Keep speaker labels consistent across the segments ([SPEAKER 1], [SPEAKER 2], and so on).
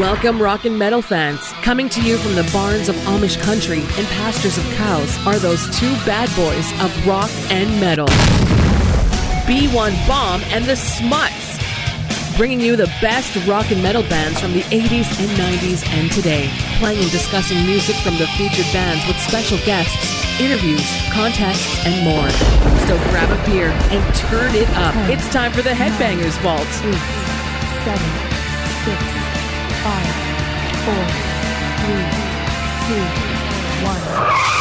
[SPEAKER 1] Welcome, rock and metal fans. Coming to you from the barns of Amish country and pastures of cows are those two bad boys of rock and metal B1 Bomb and the Smuts. Bringing you the best rock and metal bands from the 80s and 90s and today. Playing and discussing music from the featured bands with special guests, interviews, contests, and more. So grab a beer and turn it up. It's time for the Headbangers Vault.
[SPEAKER 2] eight, seven, six, five, four, three, two, one.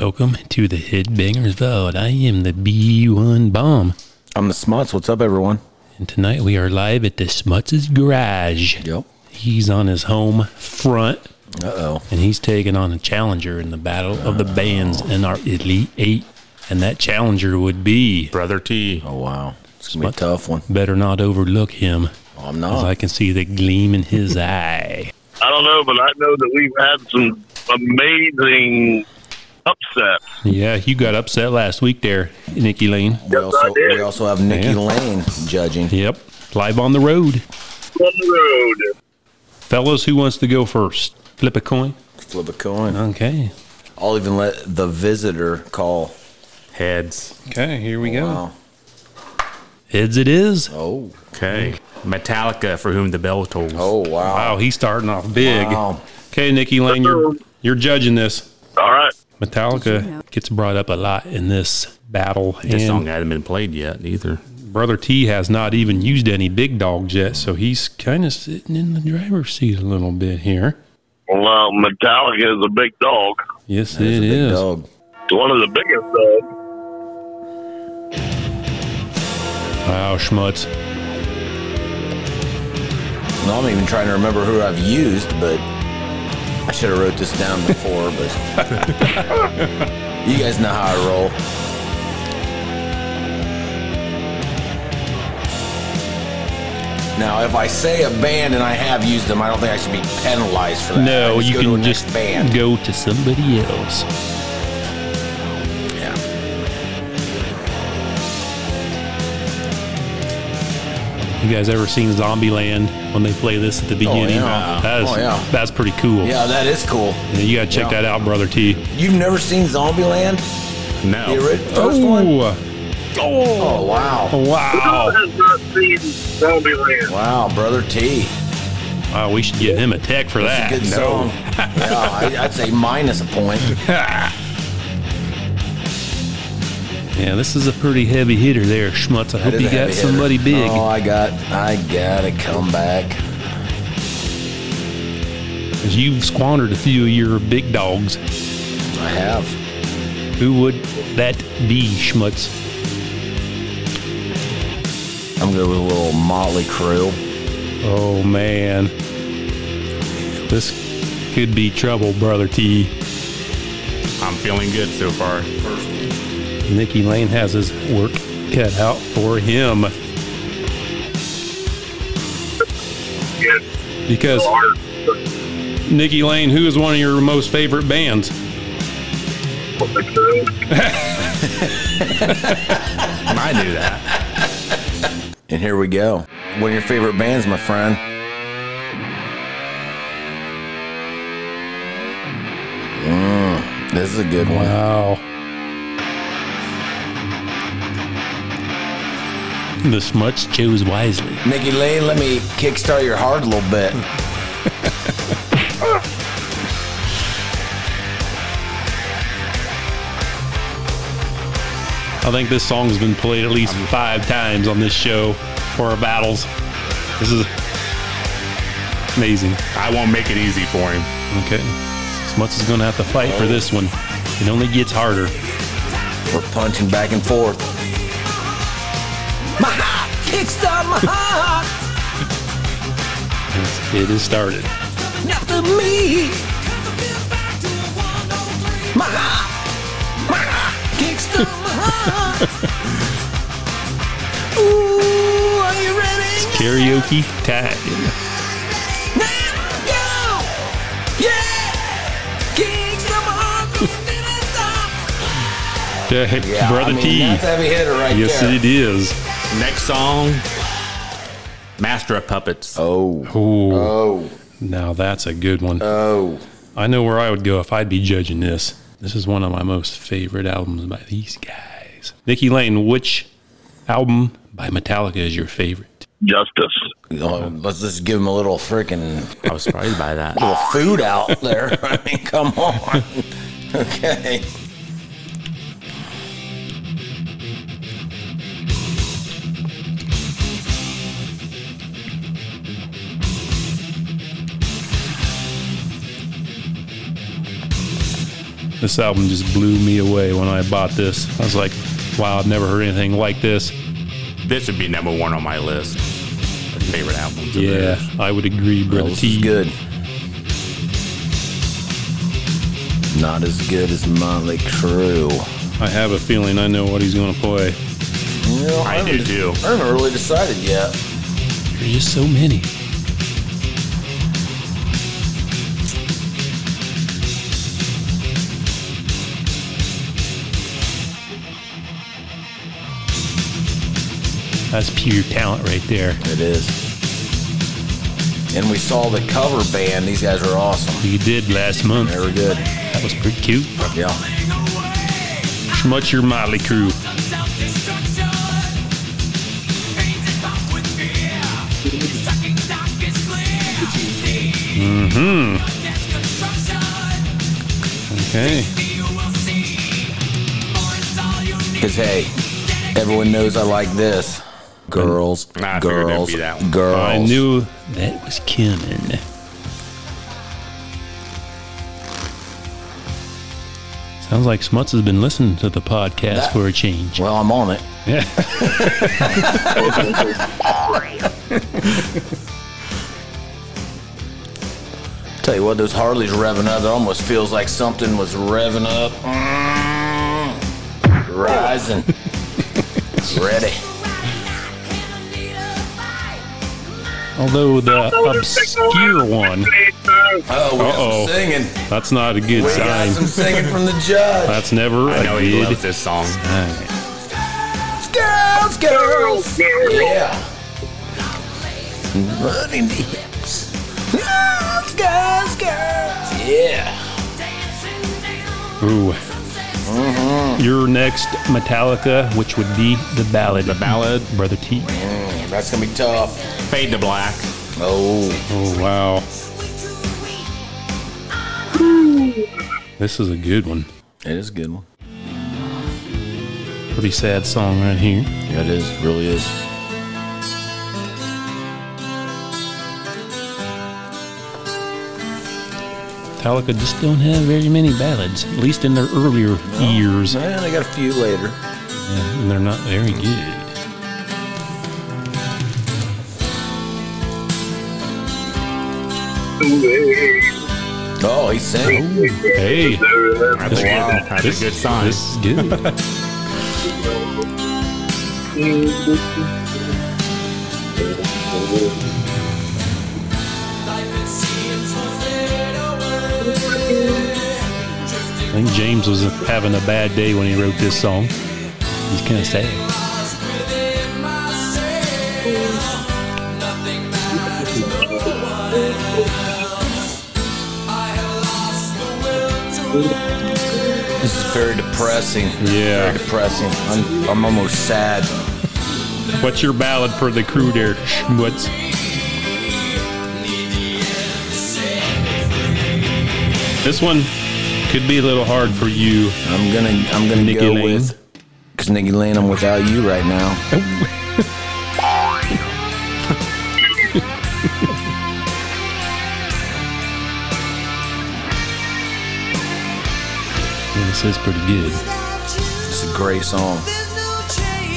[SPEAKER 3] Welcome to the Headbangers Vault. I am the B1 Bomb,
[SPEAKER 4] I'm the Smuts. What's up, everyone?
[SPEAKER 3] and tonight we are live at the Smuts' garage.
[SPEAKER 4] Yep.
[SPEAKER 3] He's on his home front,
[SPEAKER 4] Uh oh.
[SPEAKER 3] and he's taking on a challenger in the battle of the bands in our Elite Eight, and that challenger would be
[SPEAKER 5] Brother T.
[SPEAKER 4] Oh wow. It's gonna be a tough one.
[SPEAKER 3] better not overlook him,
[SPEAKER 4] Oh, I'm
[SPEAKER 3] as
[SPEAKER 4] not.
[SPEAKER 3] I can see the gleam in his eye.
[SPEAKER 6] I don't know, but I know that we've had some amazing upsets.
[SPEAKER 3] Yeah, you got upset last week there, Nikki Lane.
[SPEAKER 4] we also
[SPEAKER 6] I did.
[SPEAKER 4] we also have Nikki
[SPEAKER 3] Yeah.
[SPEAKER 4] Lane judging.
[SPEAKER 3] Yep, live on the road,
[SPEAKER 6] On the road,
[SPEAKER 3] fellas. Who wants to go first? Flip a coin.
[SPEAKER 4] Flip a coin.
[SPEAKER 3] Okay.
[SPEAKER 4] I'll even let the visitor call.
[SPEAKER 5] Heads.
[SPEAKER 3] Okay, here we go.
[SPEAKER 4] Wow.
[SPEAKER 3] Heads it is.
[SPEAKER 4] Oh.
[SPEAKER 5] Okay. Metallica, for whom the bell tolls.
[SPEAKER 4] Oh wow.
[SPEAKER 3] Wow, he's starting off big.
[SPEAKER 4] Wow.
[SPEAKER 3] Okay, Nikki Lane, you're you're judging this.
[SPEAKER 6] all right.
[SPEAKER 3] Metallica gets brought up a lot in this battle.
[SPEAKER 5] This
[SPEAKER 3] and
[SPEAKER 5] song hadn't been played yet either.
[SPEAKER 3] Brother T has not even used any big dogs yet, so he's kind of sitting in the driver's seat a little bit here.
[SPEAKER 6] Well, uh, Metallica is a big dog.
[SPEAKER 3] Yes,
[SPEAKER 4] There's
[SPEAKER 3] it
[SPEAKER 4] a big
[SPEAKER 3] is.
[SPEAKER 4] dog.
[SPEAKER 6] It's one of the biggest dogs.
[SPEAKER 3] Wow, schmutz.
[SPEAKER 4] No, I'm even trying to remember who I've used, but I should have wrote this down before. but you guys know how I roll. Now, if I say a band and I have used them, I don't think I should be penalized for that.
[SPEAKER 3] No,
[SPEAKER 4] I
[SPEAKER 3] you
[SPEAKER 4] go to a
[SPEAKER 3] can
[SPEAKER 4] next
[SPEAKER 3] just
[SPEAKER 4] band.
[SPEAKER 3] go to somebody else.
[SPEAKER 4] Yeah.
[SPEAKER 3] You guys ever seen Zombieland when they play this at the beginning?
[SPEAKER 4] Oh, yeah.
[SPEAKER 3] That's,
[SPEAKER 4] Oh, yeah.
[SPEAKER 3] that's pretty cool.
[SPEAKER 4] yeah, that is cool.
[SPEAKER 3] You got to check
[SPEAKER 4] Yeah.
[SPEAKER 3] that out, Brother T.
[SPEAKER 4] You've never seen Zombieland?
[SPEAKER 5] No.
[SPEAKER 3] Oh.
[SPEAKER 4] The ori- first one? Oh, wow.
[SPEAKER 3] Wow.
[SPEAKER 6] Who has not seen Zombieland?
[SPEAKER 4] Wow, Brother T.
[SPEAKER 3] Wow, Uh, we should give him a tech for that.
[SPEAKER 4] That's a
[SPEAKER 3] No.
[SPEAKER 4] good song. yeah, I, I'd say minus a point.
[SPEAKER 3] Yeah, this is a pretty heavy hitter there, Schmutz. I
[SPEAKER 4] That
[SPEAKER 3] hope you
[SPEAKER 4] is a
[SPEAKER 3] got
[SPEAKER 4] heavy
[SPEAKER 3] somebody
[SPEAKER 4] hitter.
[SPEAKER 3] big.
[SPEAKER 4] Oh, I got, I gotta come back.
[SPEAKER 3] 'Cause You've squandered a few of your big dogs.
[SPEAKER 4] I have.
[SPEAKER 3] Who would that be, Schmutz?
[SPEAKER 4] I'm going with a little Motley Crue.
[SPEAKER 3] Oh, man. This could be trouble, Brother T.
[SPEAKER 5] I'm feeling good so far.
[SPEAKER 3] Nikki Lane has his work cut out for him
[SPEAKER 6] Yes,
[SPEAKER 3] because
[SPEAKER 6] Art.
[SPEAKER 3] Nikki Lane, who is one of your most favorite bands?
[SPEAKER 5] I knew that.
[SPEAKER 4] And here we go. One of your favorite bands, my friend. Mm, this is a good one.
[SPEAKER 3] Wow. The smuts chose wisely.
[SPEAKER 4] Nikki Lane, let me kickstart your heart a little bit.
[SPEAKER 3] I think this song's been played at least five times on this show for our battles. This is amazing.
[SPEAKER 5] I won't make it easy for him.
[SPEAKER 3] Okay. Smuts is going to have to fight for this one. It only gets harder.
[SPEAKER 4] We're punching back and forth. My heart, kickstart my heart.
[SPEAKER 3] It's- It is started.
[SPEAKER 4] Not to me. My heart, my heart, kickstart my heart. Ooh, are you ready?
[SPEAKER 3] Karaoke time.
[SPEAKER 4] Now, go. Yeah, kickstart my heart.
[SPEAKER 3] Okay,
[SPEAKER 4] Yeah,
[SPEAKER 3] Brother
[SPEAKER 4] I mean,
[SPEAKER 3] T.
[SPEAKER 4] That's a heavy hitter right
[SPEAKER 3] Yes,
[SPEAKER 4] there.
[SPEAKER 3] it is.
[SPEAKER 5] Next song Master of Puppets.
[SPEAKER 4] Oh.
[SPEAKER 3] Ooh,
[SPEAKER 4] Oh.
[SPEAKER 3] now that's a good one.
[SPEAKER 4] Oh.
[SPEAKER 3] I know where I would go if I'd be judging this. This is one of my most favorite albums by these guys. Nikki Lane, which album by Metallica is your favorite?
[SPEAKER 6] Justice.
[SPEAKER 4] Oh, Let's just give him a little freaking
[SPEAKER 5] I was surprised by that.
[SPEAKER 4] little food out there. I mean, come on. Okay.
[SPEAKER 3] This album just blew me away when I bought this. I was like, wow, I've never heard anything like this.
[SPEAKER 5] This should be number one on my list. of Favorite albums. of
[SPEAKER 3] Yeah,
[SPEAKER 5] theirs.
[SPEAKER 3] I would agree,
[SPEAKER 4] Well,
[SPEAKER 3] Brother
[SPEAKER 4] this
[SPEAKER 3] T.
[SPEAKER 4] is good. Not as good as Motley Crue.
[SPEAKER 3] I have a feeling I know what he's going to play.
[SPEAKER 4] You know,
[SPEAKER 5] I do
[SPEAKER 4] haven't-
[SPEAKER 5] too.
[SPEAKER 4] I haven't really decided yet.
[SPEAKER 3] There's just so many. That's pure talent right there.
[SPEAKER 4] It is. And we saw the cover band. These guys are awesome.
[SPEAKER 3] You did last month.
[SPEAKER 4] They were good.
[SPEAKER 3] That was pretty cute.
[SPEAKER 4] Yeah.
[SPEAKER 3] Schmutz your Motley Crew. Hmm. Okay.
[SPEAKER 4] Because, hey, everyone knows I like this. Girls,
[SPEAKER 5] I figured it'd
[SPEAKER 4] girls,
[SPEAKER 5] be that one.
[SPEAKER 4] girls.
[SPEAKER 3] I knew that was coming. Sounds like Smuts has been listening to the podcast
[SPEAKER 4] That-
[SPEAKER 3] for a change.
[SPEAKER 4] Well, I'm on it.
[SPEAKER 3] Yeah.
[SPEAKER 4] Tell you what, those Harleys revving up. It almost feels like something was revving up. Mm. Rising. Ready.
[SPEAKER 3] Although the obscure one,
[SPEAKER 4] Oh, we got
[SPEAKER 3] Uh-oh.
[SPEAKER 4] some singing.
[SPEAKER 3] that's not a good
[SPEAKER 4] We got some
[SPEAKER 3] sign.
[SPEAKER 4] singing from the judge.
[SPEAKER 3] That's never
[SPEAKER 5] I know
[SPEAKER 3] a
[SPEAKER 5] he
[SPEAKER 3] good
[SPEAKER 5] loves this song.
[SPEAKER 3] sign.
[SPEAKER 4] Girls, girls.
[SPEAKER 6] Girls, girls.
[SPEAKER 4] Yeah. Running the hips. Girls, girls, girls. Yeah.
[SPEAKER 3] Ooh. Your next Metallica, which would be the ballad. The ballad, Brother T.
[SPEAKER 4] Mm, that's going to be tough.
[SPEAKER 5] Fade to Black.
[SPEAKER 4] Oh.
[SPEAKER 3] Oh wow, this is a good one.
[SPEAKER 4] It is a good one.
[SPEAKER 3] Pretty sad song right here.
[SPEAKER 4] Yeah, it is. It really is.
[SPEAKER 3] Metallica just don't have very many ballads, at least in their earlier years,
[SPEAKER 4] Man, I got a few later.
[SPEAKER 3] and they're not very good.
[SPEAKER 4] Oh, he's singing.
[SPEAKER 3] Hey,
[SPEAKER 5] That's, a, good, that's a good sign.
[SPEAKER 3] This is good. I think James was having a bad day when he wrote this song. He's kind of sad.
[SPEAKER 4] This is very depressing. Very
[SPEAKER 3] Yeah.
[SPEAKER 4] depressing. I'm, I'm almost sad.
[SPEAKER 3] What's your ballad for the crew there, Schmutz? This one could be a little hard for you.
[SPEAKER 4] I'm gonna I'm gonna
[SPEAKER 3] Nikki
[SPEAKER 4] go
[SPEAKER 3] Lane.
[SPEAKER 4] with because Nikki Lane. I'm without you right now.
[SPEAKER 3] This is pretty good.
[SPEAKER 4] It's a great song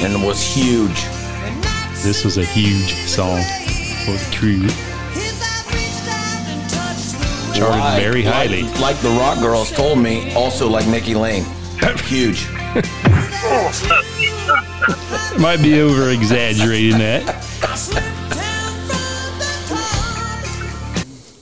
[SPEAKER 4] and it was huge.
[SPEAKER 3] This was a huge song for the crew. Charted
[SPEAKER 4] Like-
[SPEAKER 3] very
[SPEAKER 4] like-
[SPEAKER 3] highly.
[SPEAKER 4] Like, the Rock Girls told me, also like Nikki Lane. huge.
[SPEAKER 3] Might be over exaggerating that.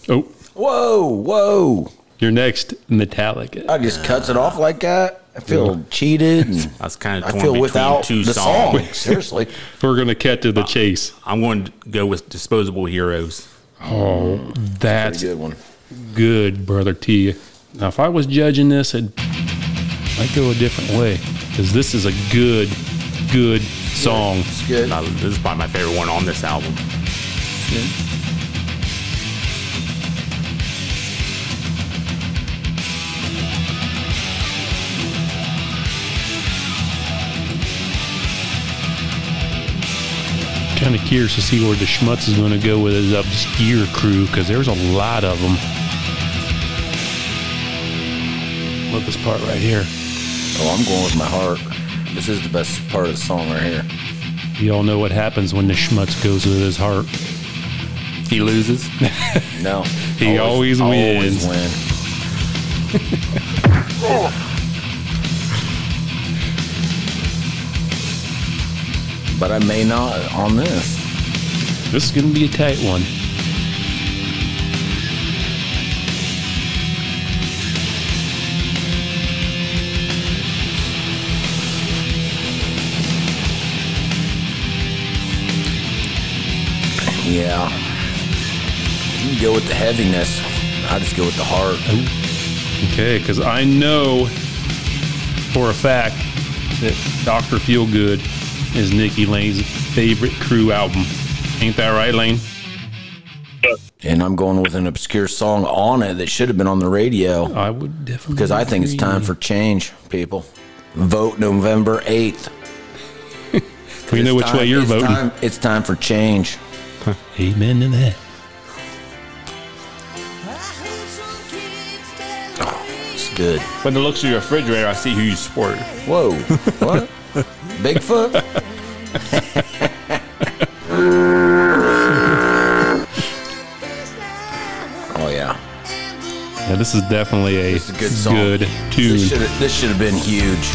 [SPEAKER 3] Oh,
[SPEAKER 4] Whoa, whoa!
[SPEAKER 3] Oh. you're next, Metallica.
[SPEAKER 4] I just cuts it off like that. I feel cheated. And
[SPEAKER 5] I was kind of
[SPEAKER 4] I
[SPEAKER 5] torn
[SPEAKER 4] feel
[SPEAKER 5] between
[SPEAKER 4] without
[SPEAKER 5] two
[SPEAKER 4] the
[SPEAKER 5] songs.
[SPEAKER 4] song. Seriously,
[SPEAKER 3] We're gonna cut to the chase.
[SPEAKER 5] I'm going to go with Disposable Heroes.
[SPEAKER 3] Oh, that's
[SPEAKER 4] good one.
[SPEAKER 3] good, brother T. Now, if I was judging this, it might go a different way because this is a good, good song.
[SPEAKER 4] It's good.
[SPEAKER 5] I- this is probably my favorite one on this album.
[SPEAKER 3] Kind of curious to see where the schmutz is going to go with his obscure crew because there's a lot of them. Love this part right here.
[SPEAKER 4] Oh, I'm going with my heart. This is the best part of the song right here.
[SPEAKER 3] You all know what happens when the schmutz goes with his heart.
[SPEAKER 5] He loses.
[SPEAKER 4] No,
[SPEAKER 3] He always wins.
[SPEAKER 4] Always win. but I may not on this.
[SPEAKER 3] This is going to be a tight one.
[SPEAKER 4] Yeah, you can go with the heaviness. I just go with the heart.
[SPEAKER 3] Okay, because I know for a fact that Dr. Feelgood is Nikki Lane's favorite crew album. Ain't that right, Lane?
[SPEAKER 4] And I'm going with an obscure song on it that should have been on the radio.
[SPEAKER 3] I would definitely.
[SPEAKER 4] because I think it's time for change, people. Vote November 8th.
[SPEAKER 3] We know
[SPEAKER 4] It's
[SPEAKER 3] which
[SPEAKER 4] time-
[SPEAKER 3] way you're
[SPEAKER 4] it's
[SPEAKER 3] voting.
[SPEAKER 4] time- it's time for change.
[SPEAKER 3] Amen to that.
[SPEAKER 4] It's good.
[SPEAKER 5] By the looks of your refrigerator, I see who you support.
[SPEAKER 4] Whoa. What? Bigfoot? oh, yeah.
[SPEAKER 3] Yeah, this is definitely a,
[SPEAKER 4] This is a good song.
[SPEAKER 3] good
[SPEAKER 4] This should
[SPEAKER 3] tune.
[SPEAKER 4] have this should have been huge.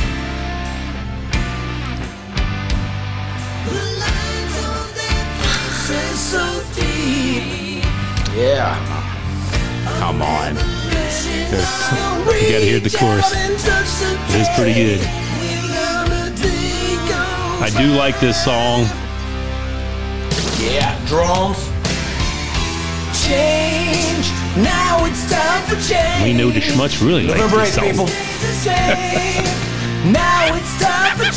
[SPEAKER 4] Yeah.
[SPEAKER 5] Come on.
[SPEAKER 3] You gotta hear the chorus. It is pretty good. I do like this song.
[SPEAKER 4] Yeah. Drums.
[SPEAKER 7] Change. Now it's time for change.
[SPEAKER 3] We know the schmutz really likes
[SPEAKER 4] November
[SPEAKER 3] this
[SPEAKER 4] 8th,
[SPEAKER 3] song.
[SPEAKER 4] people.
[SPEAKER 7] now it's time for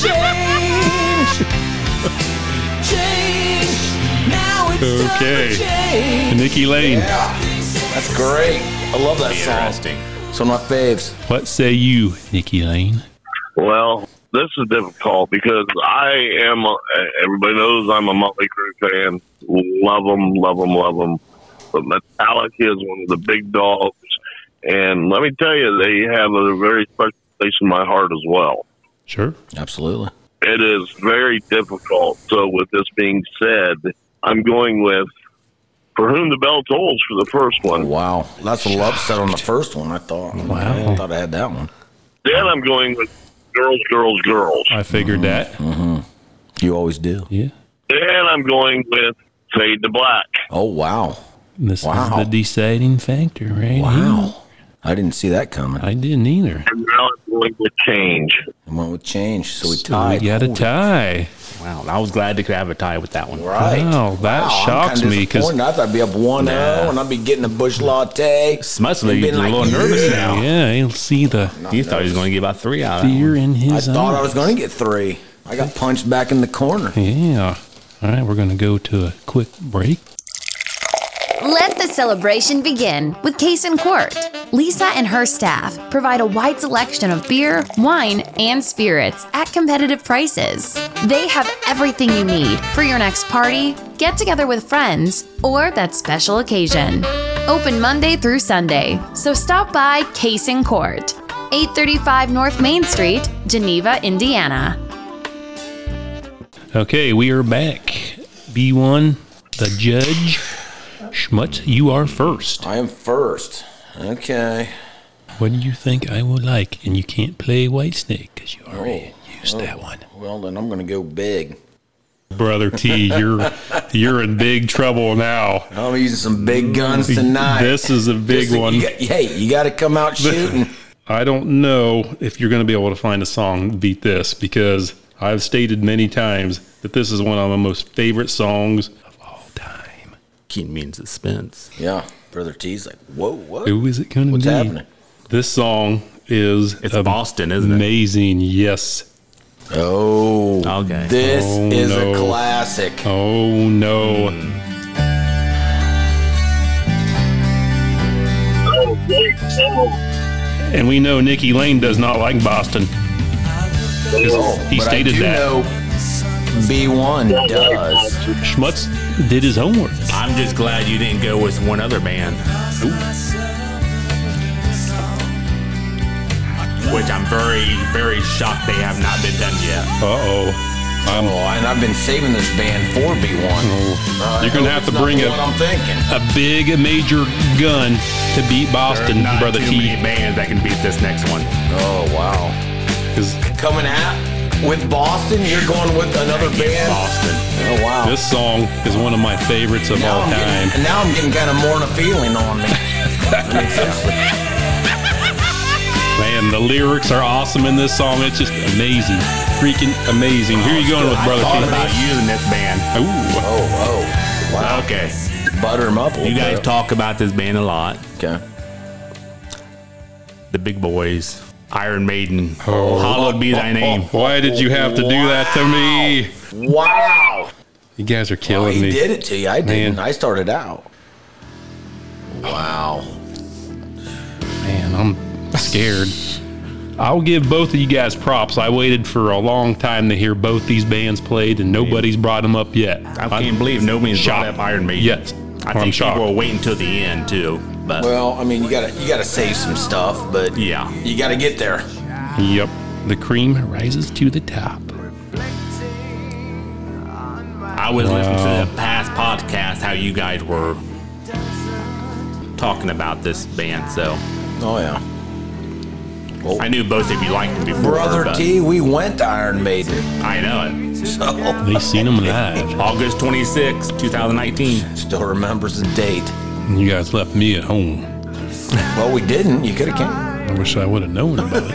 [SPEAKER 7] change. Change. Now it's
[SPEAKER 3] Okay.
[SPEAKER 7] time for change.
[SPEAKER 3] Nikki Lane,
[SPEAKER 4] That's great. I love that song.
[SPEAKER 5] Interesting.
[SPEAKER 4] It's one of my faves.
[SPEAKER 3] what say you, Nikki Lane?
[SPEAKER 6] Well, this is difficult because I am. A, everybody knows I'm a Motley Crue fan. Love them, love them, love them. But Metallica is one of the big dogs, and let me tell you, they have a very special place in my heart as well.
[SPEAKER 3] Sure.
[SPEAKER 4] Absolutely.
[SPEAKER 6] It is very difficult. So, with this being said, I'm going with "For Whom the Bell Tolls" for the first one.
[SPEAKER 4] Wow. That's a love set on the first one, I thought.
[SPEAKER 3] Wow.
[SPEAKER 4] I thought I had that one.
[SPEAKER 6] Then I'm going with "Girls, Girls, Girls."
[SPEAKER 3] I figured
[SPEAKER 4] Uh-huh.
[SPEAKER 3] that.
[SPEAKER 4] You always do.
[SPEAKER 3] Yeah.
[SPEAKER 6] Then I'm going with "Fade to Black."
[SPEAKER 4] Oh, wow.
[SPEAKER 3] This
[SPEAKER 4] Wow.
[SPEAKER 3] is the deciding factor, right? here.
[SPEAKER 4] Wow. I didn't see that coming.
[SPEAKER 3] I didn't either.
[SPEAKER 6] and now it's going to change.
[SPEAKER 4] I went with change, so we
[SPEAKER 3] So
[SPEAKER 4] tied.
[SPEAKER 3] we got a
[SPEAKER 4] Holy
[SPEAKER 3] tie.
[SPEAKER 5] Wow. I was glad to could have a tie with that one.
[SPEAKER 4] Right.
[SPEAKER 3] Wow, that
[SPEAKER 4] I'm
[SPEAKER 3] shocks
[SPEAKER 4] kinda
[SPEAKER 3] me, 'cause-
[SPEAKER 4] disappointed. I thought I'd be up 1 0 and I'd be getting a bush latte.
[SPEAKER 5] Smuts league
[SPEAKER 4] been
[SPEAKER 5] is a
[SPEAKER 4] like,
[SPEAKER 5] little nervous
[SPEAKER 4] yeah.
[SPEAKER 5] now.
[SPEAKER 3] Yeah, you'll see the
[SPEAKER 5] You thought he was going to get about three out of that
[SPEAKER 3] fear
[SPEAKER 5] one.
[SPEAKER 3] in
[SPEAKER 4] I
[SPEAKER 3] his
[SPEAKER 4] thought I
[SPEAKER 3] eyes.
[SPEAKER 4] was going to get three. I got punched back in the corner.
[SPEAKER 3] Yeah. All right, we're going to go to a quick break.
[SPEAKER 8] Let the celebration begin with Case and Quart. Lisa and her staff provide a wide selection of beer, wine, and spirits at competitive prices. They have everything you need for your next party, get together with friends, or that special occasion. Open Monday through Sunday, so stop by Case and Court, 835 North Main Street, Geneva, Indiana.
[SPEAKER 3] Okay, we are back. B1, the judge. Schmutz, you are first.
[SPEAKER 4] I am first. Okay.
[SPEAKER 3] What do you think I will like? And you can't play White Snake because you already
[SPEAKER 4] Oh.
[SPEAKER 3] used that one.
[SPEAKER 4] Well, then I'm going to go big.
[SPEAKER 3] Brother T, you're you're in big trouble now.
[SPEAKER 4] I'm using some big guns tonight.
[SPEAKER 3] This is a big
[SPEAKER 4] This-
[SPEAKER 3] one.
[SPEAKER 4] you got- hey, you got to come out shooting.
[SPEAKER 3] I don't know if you're going to be able to find a song to beat this because I've stated many times that this is one of my most favorite songs of all time.
[SPEAKER 5] Keep me in suspense.
[SPEAKER 4] Yeah. Brother T's like, whoa, what?
[SPEAKER 3] Who is it going to be?
[SPEAKER 4] What's happening?
[SPEAKER 3] This song is
[SPEAKER 5] It's Boston, isn't it?
[SPEAKER 3] amazing. Yes.
[SPEAKER 4] Oh.
[SPEAKER 5] Okay.
[SPEAKER 4] This
[SPEAKER 3] Oh,
[SPEAKER 4] is
[SPEAKER 3] no.
[SPEAKER 4] a classic.
[SPEAKER 3] Oh no.
[SPEAKER 6] Oh, wait, oh,
[SPEAKER 3] And we know Nikki Lane does not like Boston. 'Cause he
[SPEAKER 4] Oh, but
[SPEAKER 3] stated
[SPEAKER 4] I do
[SPEAKER 3] that.
[SPEAKER 4] know B1 does.
[SPEAKER 3] Schmutz did his homework.
[SPEAKER 5] I'm just glad you didn't go with one other band. Which I'm very, very shocked they have not been done yet.
[SPEAKER 3] Uh oh.
[SPEAKER 4] Oh, and I've been saving this band for B1. Uh,
[SPEAKER 3] Oh. You're gonna
[SPEAKER 4] I
[SPEAKER 3] have
[SPEAKER 4] hope
[SPEAKER 3] to
[SPEAKER 4] it's not
[SPEAKER 3] bring
[SPEAKER 4] the
[SPEAKER 3] it.
[SPEAKER 4] one I'm thinking.
[SPEAKER 3] A big major gun to beat
[SPEAKER 5] There are
[SPEAKER 3] Boston,
[SPEAKER 5] not
[SPEAKER 3] brother
[SPEAKER 5] too
[SPEAKER 3] T.
[SPEAKER 5] many bands that can beat this next one.
[SPEAKER 4] Oh wow!
[SPEAKER 3] 'Cause
[SPEAKER 4] Coming out with Boston, you're going with another band.
[SPEAKER 5] Boston.
[SPEAKER 4] Oh wow!
[SPEAKER 3] This song is one of my favorites of
[SPEAKER 4] now
[SPEAKER 3] all
[SPEAKER 4] I'm
[SPEAKER 3] time.
[SPEAKER 4] getting, now I'm getting kind of more than a feeling on me.
[SPEAKER 3] Man, the lyrics are awesome in this song. It's just amazing. Freaking amazing. Here you going with
[SPEAKER 5] I
[SPEAKER 3] brother
[SPEAKER 5] thought
[SPEAKER 3] T.
[SPEAKER 5] about you in this band.
[SPEAKER 3] Ooh.
[SPEAKER 4] oh oh! Wow!
[SPEAKER 5] Okay.
[SPEAKER 4] Butter them up. a
[SPEAKER 5] You
[SPEAKER 4] little
[SPEAKER 5] guys
[SPEAKER 4] bit.
[SPEAKER 5] talk about this band a lot.
[SPEAKER 4] Okay.
[SPEAKER 5] The big boys. Iron Maiden. Hallowed be thy name.
[SPEAKER 3] Why did you have to do that to me?
[SPEAKER 4] Wow!
[SPEAKER 3] You guys are
[SPEAKER 4] Oh,
[SPEAKER 3] killing
[SPEAKER 4] he
[SPEAKER 3] me.
[SPEAKER 4] did it to you. I didn't.
[SPEAKER 3] Man.
[SPEAKER 4] I started out. Wow!
[SPEAKER 3] Man, I'm scared. I'll give both of you guys props. I waited for a long time to hear both these bands played, and nobody's brought them up yet.
[SPEAKER 5] I can't believe nobody's brought
[SPEAKER 3] shocked.
[SPEAKER 5] up Iron Maiden.
[SPEAKER 3] Yes.
[SPEAKER 5] I
[SPEAKER 3] I'm
[SPEAKER 5] think
[SPEAKER 3] shocked.
[SPEAKER 5] people are waiting till the end too. But
[SPEAKER 4] Well, I mean, you gotta you gotta save some stuff, but
[SPEAKER 5] Yeah.
[SPEAKER 4] you gotta get there.
[SPEAKER 3] Yep. The cream rises to the top.
[SPEAKER 5] I was listening
[SPEAKER 3] Wow.
[SPEAKER 5] to the past podcast how you guys were talking about this band, so
[SPEAKER 4] Oh yeah.
[SPEAKER 5] I knew both of you liked them before.
[SPEAKER 4] Brother
[SPEAKER 5] but
[SPEAKER 4] T, we went to Iron Maiden.
[SPEAKER 5] I know it.
[SPEAKER 4] So
[SPEAKER 3] They seen them live.
[SPEAKER 5] August 26, 2019.
[SPEAKER 4] still remembers the date.
[SPEAKER 3] You guys left me at home.
[SPEAKER 4] Well, we didn't. You could have came.
[SPEAKER 3] I wish I would have known about it.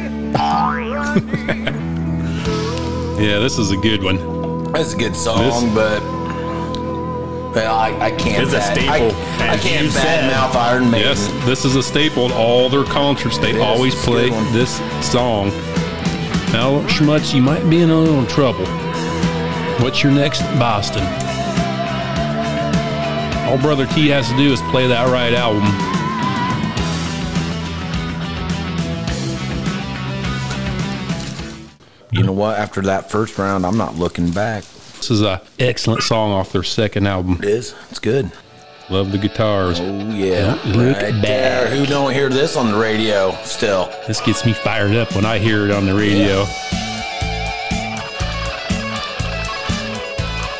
[SPEAKER 3] yeah, this is a good one.
[SPEAKER 4] That's a good song,
[SPEAKER 3] This-
[SPEAKER 4] but well, I, I can't.
[SPEAKER 5] It's a
[SPEAKER 4] bad-
[SPEAKER 5] staple,
[SPEAKER 4] I, I
[SPEAKER 5] as
[SPEAKER 4] can't
[SPEAKER 5] you said.
[SPEAKER 4] badmouth Iron Maiden.
[SPEAKER 3] Yes, this is a staple in all their concerts. They
[SPEAKER 4] It is.
[SPEAKER 3] always
[SPEAKER 4] It's a
[SPEAKER 3] play
[SPEAKER 4] good one.
[SPEAKER 3] this song. Now, Schmutz, you might be in a little trouble. What's your next Boston? All Brother T has to do is play that right album.
[SPEAKER 4] You know what? After that first round, I'm not looking back.
[SPEAKER 3] This is a excellent song off their second album.
[SPEAKER 4] It is. It's good.
[SPEAKER 3] Love the guitars.
[SPEAKER 4] Oh yeah.
[SPEAKER 3] Don't look
[SPEAKER 4] right there.
[SPEAKER 3] back.
[SPEAKER 4] Who don't hear this on the radio still?
[SPEAKER 3] This gets me fired up when I hear it on the radio.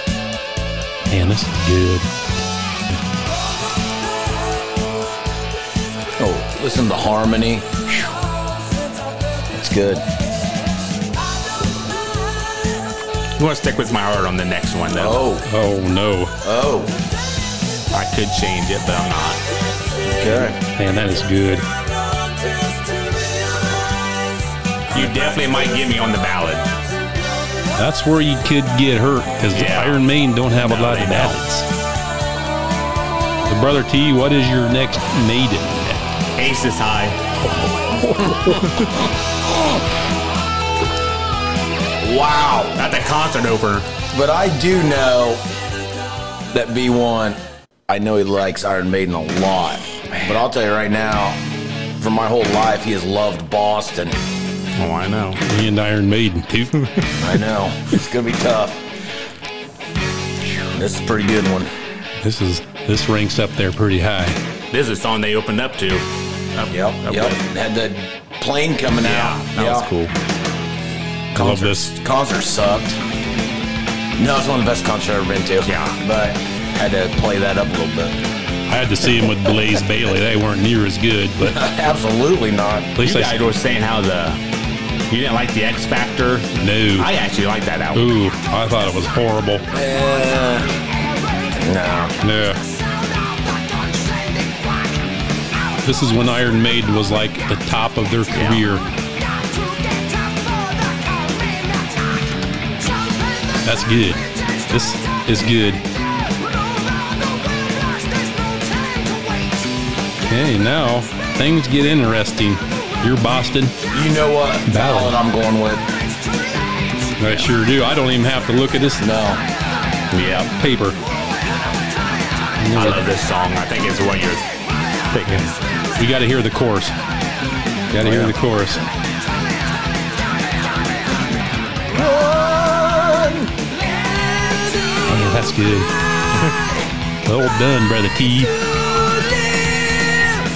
[SPEAKER 3] Man, this is good.
[SPEAKER 4] Oh, listen to harmony. Phew. It's good.
[SPEAKER 5] I'm gonna stick with my heart on the next one though.
[SPEAKER 4] Oh,
[SPEAKER 3] Oh no,
[SPEAKER 4] oh.
[SPEAKER 5] I could change it, but I'm not.
[SPEAKER 4] Okay.
[SPEAKER 3] man, that is good.
[SPEAKER 5] You definitely might get me on the ballad.
[SPEAKER 3] That's where you could get hurt because
[SPEAKER 5] Yeah.
[SPEAKER 3] the Iron Maiden don't have a
[SPEAKER 5] No,
[SPEAKER 3] lot
[SPEAKER 5] they
[SPEAKER 3] of
[SPEAKER 5] don't.
[SPEAKER 3] balance. So, Brother T, what is your next maiden?
[SPEAKER 5] Ace is high.
[SPEAKER 4] Wow.
[SPEAKER 5] At the concert opener.
[SPEAKER 4] But I do know that B1, I know he likes Iron Maiden a lot. But I'll tell you right now, for my whole life, he has loved Boston.
[SPEAKER 5] Oh, I know.
[SPEAKER 3] Me and Iron Maiden too.
[SPEAKER 4] I know. it's going to be tough. This is a pretty good one.
[SPEAKER 3] this is this ranks up there pretty high.
[SPEAKER 5] This is a song they opened up to. Up-
[SPEAKER 4] Yep.
[SPEAKER 5] up
[SPEAKER 4] Yep.
[SPEAKER 5] with.
[SPEAKER 4] Had the plane coming
[SPEAKER 5] Yeah,
[SPEAKER 4] out.
[SPEAKER 5] that was cool.
[SPEAKER 3] I love this.
[SPEAKER 4] Concert sucked. No, it's one of the best concerts I've ever been to.
[SPEAKER 5] Yeah.
[SPEAKER 4] But had to play that up a little bit.
[SPEAKER 3] I had to see him with Blaze Bailey. They weren't near as good, but at
[SPEAKER 4] Absolutely not.
[SPEAKER 3] least
[SPEAKER 5] You
[SPEAKER 3] I
[SPEAKER 5] guys were saying how the you didn't like the X Factor.
[SPEAKER 3] no.
[SPEAKER 5] I actually like that album.
[SPEAKER 3] Ooh, I thought it was horrible.
[SPEAKER 4] Eh, Uh, no.
[SPEAKER 3] Yeah. This is when Iron Maiden was like the top of their career. That's good. This is good. Okay, now things get interesting. You're Boston.
[SPEAKER 4] You know what
[SPEAKER 3] Ballad.
[SPEAKER 4] ballad I'm going with?
[SPEAKER 3] I sure do. I don't even have to look at this
[SPEAKER 4] No.
[SPEAKER 3] yeah. paper.
[SPEAKER 5] I love this song. I think it's what you're thinking.
[SPEAKER 3] We got to hear the chorus. Got to hear the chorus. Oh, that's good. well done, brother T.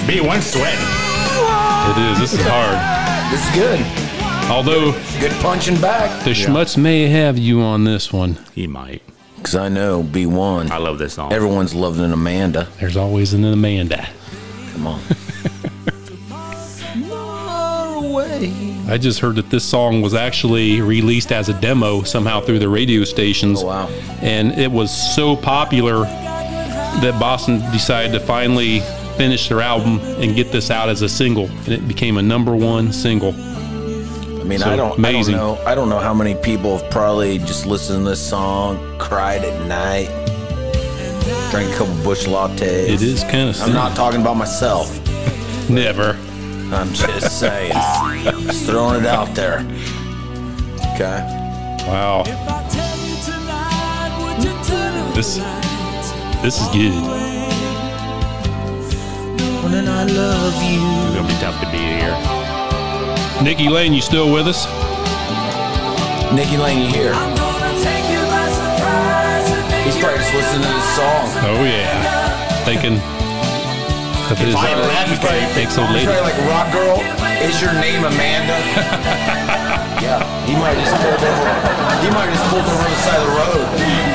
[SPEAKER 5] B1 sweat.
[SPEAKER 3] It is. This is hard.
[SPEAKER 4] This is good.
[SPEAKER 3] Although
[SPEAKER 4] Good punching back.
[SPEAKER 3] the schmutz may have you on this one.
[SPEAKER 5] He might.
[SPEAKER 4] Because I know B1.
[SPEAKER 5] I love this song.
[SPEAKER 4] Everyone's loving an Amanda.
[SPEAKER 3] There's always an Amanda.
[SPEAKER 4] Come on.
[SPEAKER 3] I just heard that this song was actually released as a demo somehow through the radio stations.
[SPEAKER 4] Oh, wow.
[SPEAKER 3] And it was so popular that Boston decided to finally finish their album and get this out as a single. And it became a number one single.
[SPEAKER 4] I mean,
[SPEAKER 3] So,
[SPEAKER 4] I don't.
[SPEAKER 3] amazing.
[SPEAKER 4] I don't know. I don't know how many people have probably just listened to this song, cried at night, drank a couple bush lattes.
[SPEAKER 3] It is kind of
[SPEAKER 4] I'm not talking about myself.
[SPEAKER 3] never.
[SPEAKER 4] I'm just saying. just throwing it out there. Okay.
[SPEAKER 3] Wow. This this is good.
[SPEAKER 5] It's gonna be tough to beat here.
[SPEAKER 3] Nikki Lane, you still with us?
[SPEAKER 4] Nikki Lane, you here? He's probably just listening to this song.
[SPEAKER 3] Oh yeah. Thinking that this
[SPEAKER 5] I left,
[SPEAKER 4] He's probably,
[SPEAKER 3] Thanks, old
[SPEAKER 4] he's
[SPEAKER 3] lady.
[SPEAKER 4] probably like, rock girl, is your name Amanda? yeah. He might have just pulled over. He might have just pulled over on the side of the road.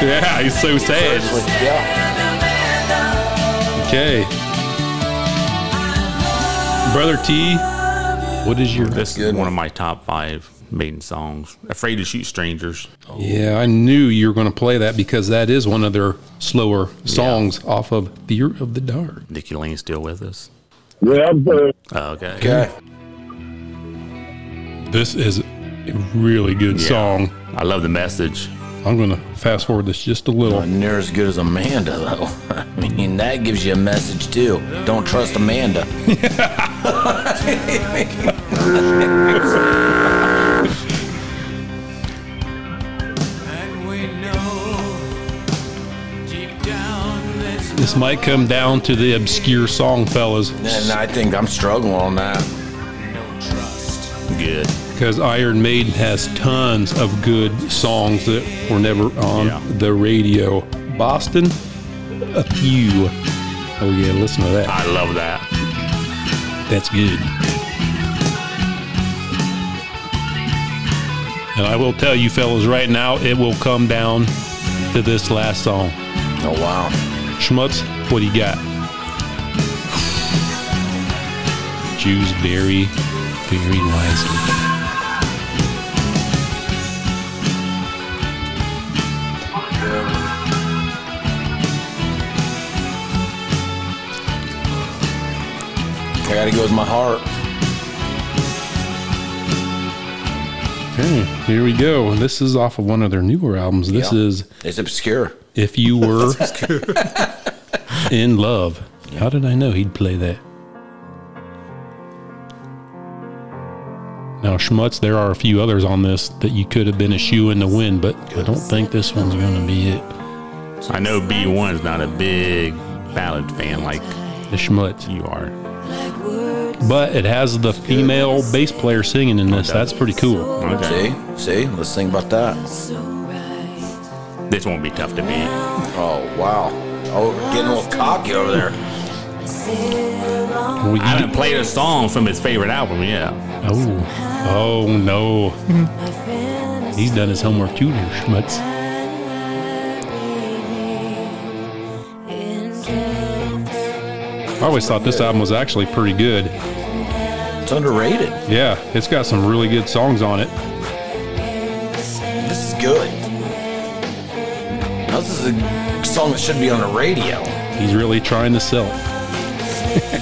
[SPEAKER 3] Yeah, he's so sad.
[SPEAKER 4] Seriously. Yeah.
[SPEAKER 3] Okay. Brother T, what is your
[SPEAKER 5] This is
[SPEAKER 4] Good
[SPEAKER 5] one
[SPEAKER 4] one.
[SPEAKER 5] of my top five maiden songs. Afraid to shoot strangers.
[SPEAKER 3] Yeah, I knew you were going to play that because that is one of their slower songs off of Fear of the Dark.
[SPEAKER 5] Nikki Lane's still with us.
[SPEAKER 6] Yeah, I'm good.
[SPEAKER 5] Oh, okay.
[SPEAKER 4] Okay.
[SPEAKER 3] This is a really good
[SPEAKER 5] Yeah.
[SPEAKER 3] song.
[SPEAKER 5] I love the message.
[SPEAKER 3] I'm going to fast forward this just a
[SPEAKER 4] Not
[SPEAKER 3] little.
[SPEAKER 4] near as good as Amanda, though. I mean, that gives you a message, too. Don't trust Amanda.
[SPEAKER 3] This might come down to the obscure song, fellas,
[SPEAKER 4] And I think I'm struggling on that.
[SPEAKER 5] Good.
[SPEAKER 3] because Iron Maiden has tons of good songs that were never on
[SPEAKER 5] Yeah.
[SPEAKER 3] the radio. Boston, a few. Oh, yeah, listen to that.
[SPEAKER 5] I love that.
[SPEAKER 3] That's good. And I will tell you, fellas, right now, it will come down to this last song.
[SPEAKER 4] Oh, wow.
[SPEAKER 3] Schmutz, what do you got? Choose very, very wisely.
[SPEAKER 4] I gotta go with my heart.
[SPEAKER 3] Okay, here we go. This is off of one of their newer albums. This
[SPEAKER 4] Yeah.
[SPEAKER 3] is
[SPEAKER 4] It's obscure.
[SPEAKER 3] If You Were in Love. How did I know he'd play that? Now, Schmutz, there are a few others on this that you could have been a shoe in the wind, but I don't think this one's going to be it.
[SPEAKER 5] I know B1's not a big ballad fan like
[SPEAKER 3] The Schmutz.
[SPEAKER 5] you are.
[SPEAKER 3] But it has the female bass player singing in this. That's pretty cool.
[SPEAKER 5] Okay.
[SPEAKER 4] See? See? Let's think about that.
[SPEAKER 5] This won't be tough to beat.
[SPEAKER 4] Oh, wow. Oh, getting a little cocky over there.
[SPEAKER 3] Well, you
[SPEAKER 5] I haven't played a song from his favorite album yet.
[SPEAKER 3] oh, oh, no. He's done his homework too, there, Schmutz. I always thought this album was actually pretty good.
[SPEAKER 4] It's underrated.
[SPEAKER 3] Yeah, it's got some really good songs on it.
[SPEAKER 4] This is good. Now, this is a song that should be on the radio.
[SPEAKER 3] He's really trying to sell it.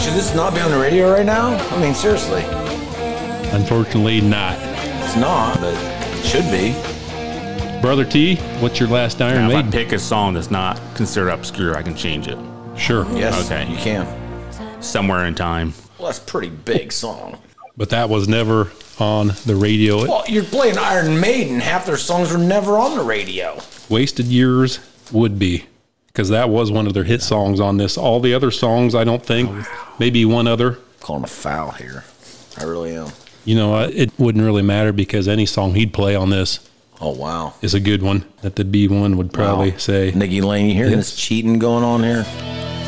[SPEAKER 4] Should this not be on the radio right now? I mean, seriously,
[SPEAKER 3] Unfortunately, not.
[SPEAKER 4] it's not, but it should be.
[SPEAKER 3] Brother T, what's your last Iron
[SPEAKER 5] Now, if I
[SPEAKER 3] Maiden?
[SPEAKER 5] pick a song that's not considered obscure, I can change it.
[SPEAKER 3] sure.
[SPEAKER 4] Yes,
[SPEAKER 5] Okay.
[SPEAKER 4] you can.
[SPEAKER 5] Somewhere in time.
[SPEAKER 4] Well, that's a pretty big song.
[SPEAKER 3] But that was never on the radio.
[SPEAKER 4] Well, you're playing Iron Maiden. Half their songs were never on the radio.
[SPEAKER 3] Wasted Years would be because that was one of their hit songs on this. All the other songs, I don't
[SPEAKER 5] Oh,
[SPEAKER 3] think, maybe one other.
[SPEAKER 4] Calling a foul here. I really am.
[SPEAKER 3] You know, I- it wouldn't really matter because any song he'd play on this
[SPEAKER 4] Oh wow.
[SPEAKER 3] is a good one that the B1 would probably
[SPEAKER 4] Wow.
[SPEAKER 3] say.
[SPEAKER 4] Nikki Lane, you hearing this cheating going on here?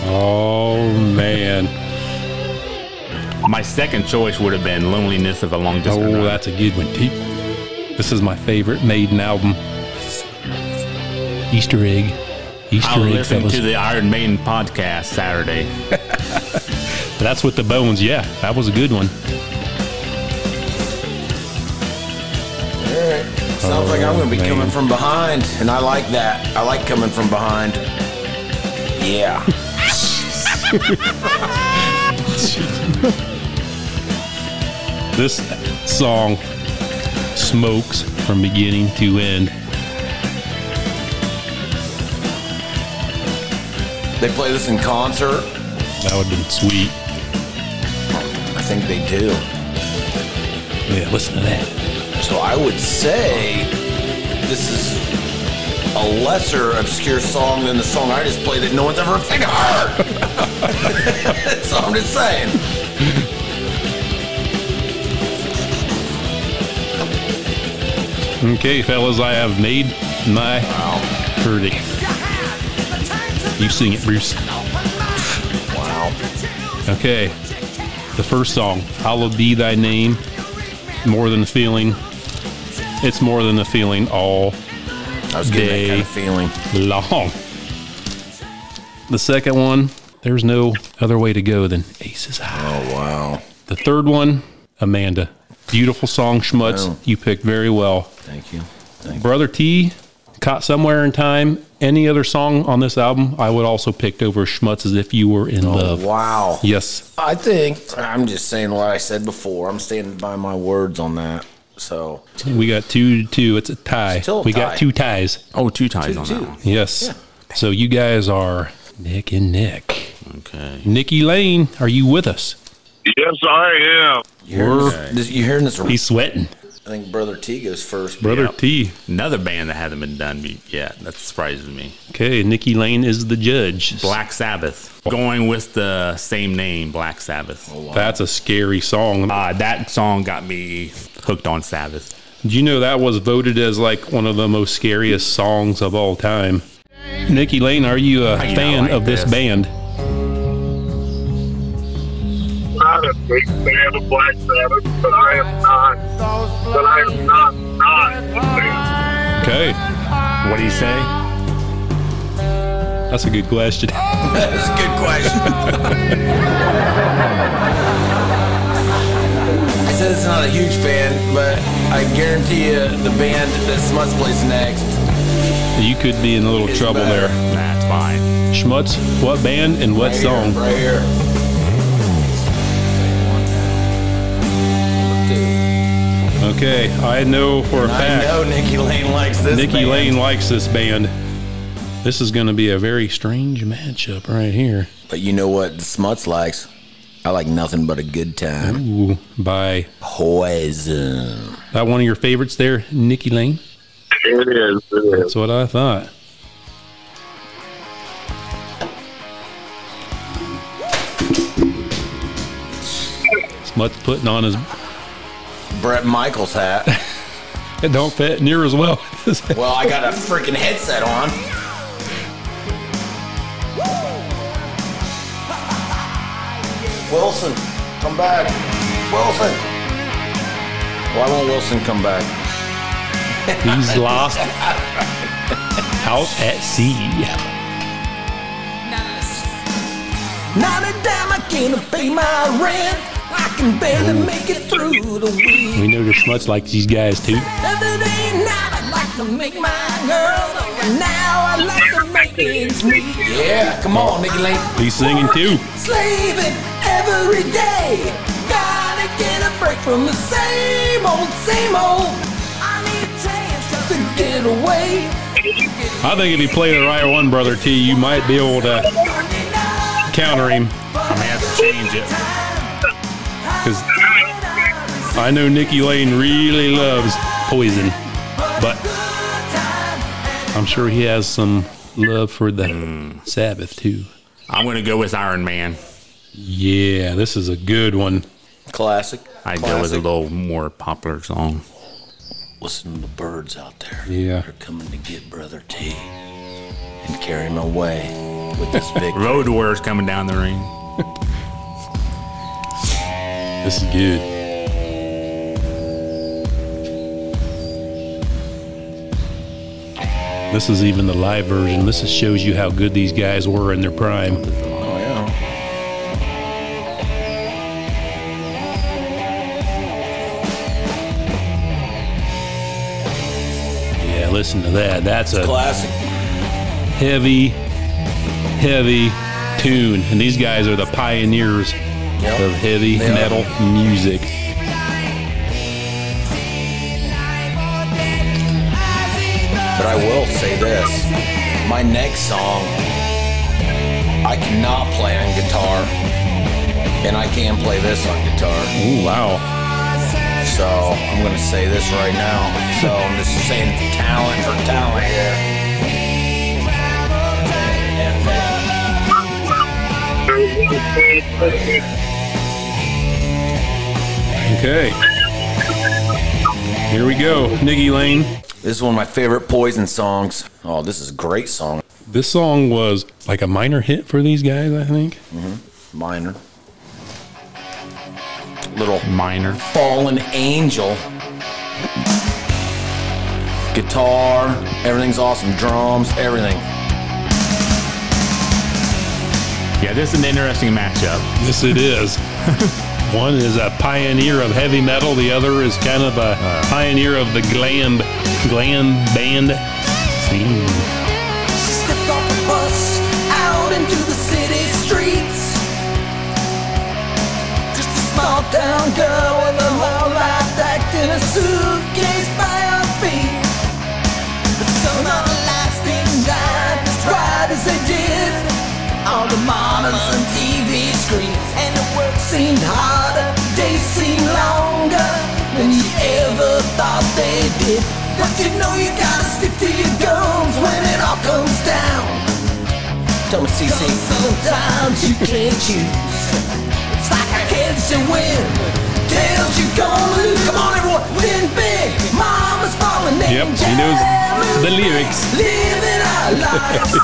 [SPEAKER 3] Oh, man.
[SPEAKER 5] My second choice would have been Loneliness of a Long Distance
[SPEAKER 3] Oh,
[SPEAKER 5] Runner.
[SPEAKER 3] that's a good one. Deep. This is my favorite Maiden album. Easter egg. Easter
[SPEAKER 5] I'll
[SPEAKER 3] egg,
[SPEAKER 5] listen
[SPEAKER 3] fellas.
[SPEAKER 5] to the Iron Maiden podcast Saturday.
[SPEAKER 3] that's with the bones. Yeah, that was a good one.
[SPEAKER 4] All right. Sounds like I'm gonna be
[SPEAKER 3] Oh, man.
[SPEAKER 4] coming from behind, and I like that. I like coming from behind. Yeah.
[SPEAKER 3] This song smokes from beginning to end.
[SPEAKER 4] they play this in concert.
[SPEAKER 3] That would have been sweet.
[SPEAKER 4] I think they do.
[SPEAKER 3] Yeah, listen to that.
[SPEAKER 4] So I would say this is a lesser obscure song than the song I just played that no one's ever freaking heard. That's all I'm just saying.
[SPEAKER 3] Okay, fellas, I have made my verdict. You sing it, Bruce.
[SPEAKER 4] Wow.
[SPEAKER 3] Okay, the first song, Hallowed Be Thy Name, More Than a Feeling. It's more than a feeling all
[SPEAKER 4] I was getting that kind
[SPEAKER 3] They-
[SPEAKER 4] of feeling.
[SPEAKER 3] long. The second one, there's no other way to go than Aces High.
[SPEAKER 4] Oh wow.
[SPEAKER 3] The third one, Amanda. Beautiful song, Schmutz.
[SPEAKER 4] Wow.
[SPEAKER 3] You picked very well.
[SPEAKER 4] Thank you. Thank
[SPEAKER 3] Brother T, Caught Somewhere in Time, any other song on this album, I would also picked over Schmutz as if you were in
[SPEAKER 4] you.
[SPEAKER 3] love.
[SPEAKER 4] Oh, Wow.
[SPEAKER 3] Yes.
[SPEAKER 4] I think I'm just saying what I said before. I'm standing by my words on that. So
[SPEAKER 3] We got two to two. It's a tie.
[SPEAKER 4] Still a
[SPEAKER 3] we
[SPEAKER 4] tie.
[SPEAKER 3] got two ties.
[SPEAKER 5] Oh, two ties on
[SPEAKER 4] two.
[SPEAKER 5] that one.
[SPEAKER 3] Yes. So you guys are neck and neck.
[SPEAKER 5] Okay.
[SPEAKER 3] Nikki Lane, are you with us?
[SPEAKER 6] Yes, I am.
[SPEAKER 4] you're hearing this, you're hearing this.
[SPEAKER 3] He's sweating.
[SPEAKER 4] I think Brother T goes first.
[SPEAKER 3] Brother
[SPEAKER 5] Yep.
[SPEAKER 3] T.
[SPEAKER 5] Another band that hasn't been done be- yet. That surprises me.
[SPEAKER 3] Okay, Nikki Lane is the judge.
[SPEAKER 5] Black Sabbath. Going with the same name, Black Sabbath.
[SPEAKER 3] That's a scary song.
[SPEAKER 5] Uh, that song got me hooked on Sabbath.
[SPEAKER 3] Do you know that was voted as like one of the most scariest songs of all time? Nikki Lane, are you a
[SPEAKER 5] I do not
[SPEAKER 3] fan
[SPEAKER 5] like
[SPEAKER 3] of this,
[SPEAKER 5] this.
[SPEAKER 3] band?
[SPEAKER 6] Not a big fan of Black Sabbath, but I am not. But I am not not a fan.
[SPEAKER 3] Okay,
[SPEAKER 5] What do you say?
[SPEAKER 3] that's a good question.
[SPEAKER 4] That's a good question. I said it's not a huge fan, but I guarantee you the band that Smuts plays next.
[SPEAKER 3] You could be in a little
[SPEAKER 4] It's
[SPEAKER 3] trouble
[SPEAKER 4] better.
[SPEAKER 3] there.
[SPEAKER 5] That's fine.
[SPEAKER 3] Schmutz, what band and what
[SPEAKER 4] Right
[SPEAKER 3] song?
[SPEAKER 4] Here, right here.
[SPEAKER 3] Okay, I know for a
[SPEAKER 4] I
[SPEAKER 3] fact
[SPEAKER 4] know Nikki Lane likes this.
[SPEAKER 3] Nikki
[SPEAKER 4] band.
[SPEAKER 3] Lane likes this band. This is going to be a very strange matchup right here.
[SPEAKER 4] But you know what the Smuts likes? I like nothing but a good time.
[SPEAKER 3] Ooh, by
[SPEAKER 4] Poison.
[SPEAKER 3] that one of your favorites there, Nikki Lane.
[SPEAKER 6] It is. It is.
[SPEAKER 3] That's what I thought. Smut's putting on his.
[SPEAKER 4] Brett Michaels hat.
[SPEAKER 3] It don't fit near as well.
[SPEAKER 4] Well, I got a freaking headset on. Wilson, come back. Wilson. Why won't Wilson come back?
[SPEAKER 3] He's lost out at sea.
[SPEAKER 7] Not a dime I can pay my rent. I can barely make it through the week.
[SPEAKER 3] We know the Schmutz likes these guys too.
[SPEAKER 7] Every day now I'd like to make my girl. Now I'd like to make ends meet.
[SPEAKER 4] Yeah, come on, Nicky Lane.
[SPEAKER 3] He's singing too.
[SPEAKER 7] Slaving every day. Gotta get a break from the same old, same old. I need a chance just to get away.
[SPEAKER 3] I think if you play the right one, brother T, you might be able to counter him
[SPEAKER 5] I may have to change it.
[SPEAKER 3] because I know Nikki Lane really loves Poison, but I'm sure he has some love for the Sabbath too.
[SPEAKER 5] I'm gonna go with Iron Man.
[SPEAKER 3] Yeah, this is a good one.
[SPEAKER 4] Classic.
[SPEAKER 5] I
[SPEAKER 4] Classic.
[SPEAKER 5] go with a little more popular song.
[SPEAKER 4] Listen to the birds out there.
[SPEAKER 3] Yeah.
[SPEAKER 4] They're coming to get Brother T and carry him away with this victory.
[SPEAKER 5] Road Warriors coming down the ring.
[SPEAKER 3] This is good. This is even the live version. This is- shows you how good these guys were in their prime.
[SPEAKER 4] oh, yeah.
[SPEAKER 3] Yeah, listen to that. That's a
[SPEAKER 4] Classic.
[SPEAKER 3] heavy, heavy tune. And these guys are the pioneers of heavy
[SPEAKER 4] They are.
[SPEAKER 3] metal music.
[SPEAKER 4] But I will say this my next song, I cannot play on guitar, and I can play this on guitar.
[SPEAKER 3] Ooh, wow.
[SPEAKER 4] So I'm going to say this right now. So I'm just saying talent for talent here.
[SPEAKER 3] Okay. Here we go. Nikki Lane.
[SPEAKER 4] This is one of my favorite Poison songs. Oh, this is a great song.
[SPEAKER 3] This song was like a minor hit for these guys, I think.
[SPEAKER 4] Minor. Little
[SPEAKER 5] Minor.
[SPEAKER 4] fallen angel. Guitar, everything's awesome. Drums, everything.
[SPEAKER 5] Yeah, this is an interesting matchup.
[SPEAKER 3] Yes, it is. One is a pioneer of heavy metal. The other is kind of a
[SPEAKER 5] Uh.
[SPEAKER 3] pioneer of the glam, glam band scene.
[SPEAKER 7] She stepped off the bus out into the city streets. Just a small town girl with a low life packed in a suitcase by her feet. The sun on the lights didn't light as bright as they did on the mamas and TV screens. And the work seemed harder, days seemed longer than you ever thought they did. But you know you gotta stick to your guns when it all comes down.
[SPEAKER 4] Tell me, CC.
[SPEAKER 7] Sometimes you can't choose. It's like a heads you win, tails you gonna lose. Come on, everyone, win big. Mama's falling
[SPEAKER 3] Yep,
[SPEAKER 7] angel.
[SPEAKER 3] he knows the lyrics.
[SPEAKER 7] Living our lives.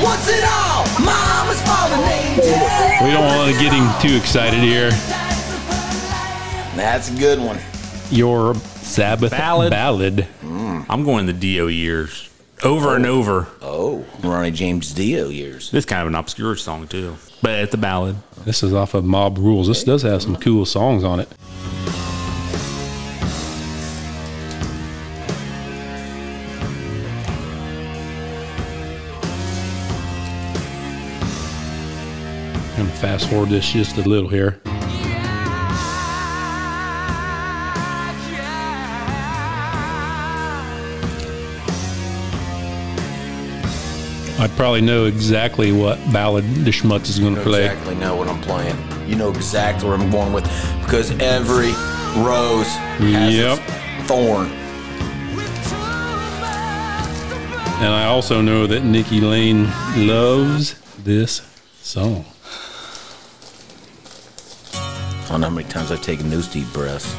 [SPEAKER 7] What's it all? Mama's falling angel.
[SPEAKER 3] We don't want to get him too excited here.
[SPEAKER 4] That's a good one.
[SPEAKER 3] Your Sabbath ballad.
[SPEAKER 5] Ballad. I'm going the Dio years. Over and over.
[SPEAKER 4] Oh, Ronnie James Dio years.
[SPEAKER 5] This is kind of an obscure song too, but it's a ballad.
[SPEAKER 3] This is off of Mob Rules. This does have some cool songs on it. I'm gonna fast forward this just a little here. I probably know exactly what ballad the schmutz is gonna
[SPEAKER 4] You know
[SPEAKER 3] play.
[SPEAKER 4] exactly know what I'm playing. You know exactly where I'm going with because every rose has
[SPEAKER 3] Yep.
[SPEAKER 4] its thorn.
[SPEAKER 3] And I also know that Nikki Lane loves this song.
[SPEAKER 4] I don't know how many times I've taken those deep breaths.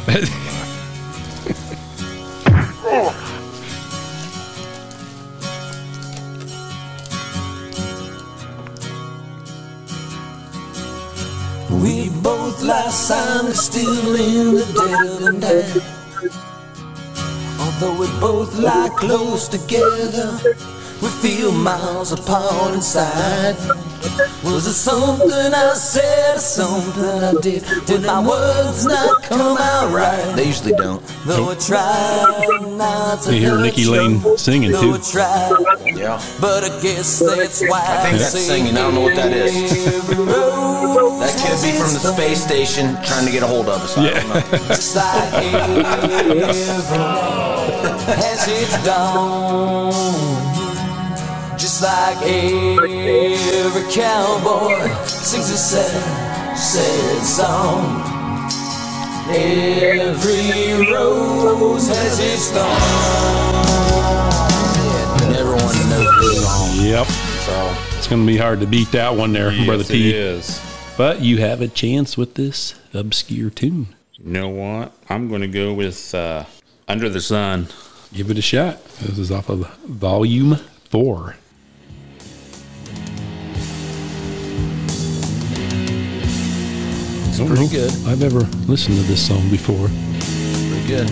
[SPEAKER 7] We both lie silent, still in the dead of the night. Although we both lie close together, We feel miles apart inside. Was it something I said or something I did? Did my words not come out right?
[SPEAKER 4] They usually don't.
[SPEAKER 7] Though I tried not to
[SPEAKER 3] You hear
[SPEAKER 7] hurt
[SPEAKER 3] Nikki
[SPEAKER 7] you.
[SPEAKER 3] Lane singing
[SPEAKER 7] Though I
[SPEAKER 3] too.
[SPEAKER 7] tried,
[SPEAKER 4] Yeah.
[SPEAKER 7] but I guess that's why I
[SPEAKER 4] think that's singing. I don't know what that is. That could be from the space station trying to get a hold of us. I don't know.
[SPEAKER 7] Just like every has its dawn. Just like every cowboy sings a sad, sad song. Every rose has its thorn.
[SPEAKER 4] Never wanted to know this song.
[SPEAKER 3] Yep.
[SPEAKER 4] So
[SPEAKER 3] It's going to be hard to beat that one there, Brother
[SPEAKER 5] Yes, it
[SPEAKER 3] P.
[SPEAKER 5] is.
[SPEAKER 3] But you have a chance with this obscure tune.
[SPEAKER 5] You know what? I'm going to go with uh, Under the Sun.
[SPEAKER 3] Give it a shot. This is off of Volume 4. It's
[SPEAKER 4] pretty good.
[SPEAKER 3] I've ever listened to this song before.
[SPEAKER 4] pretty good.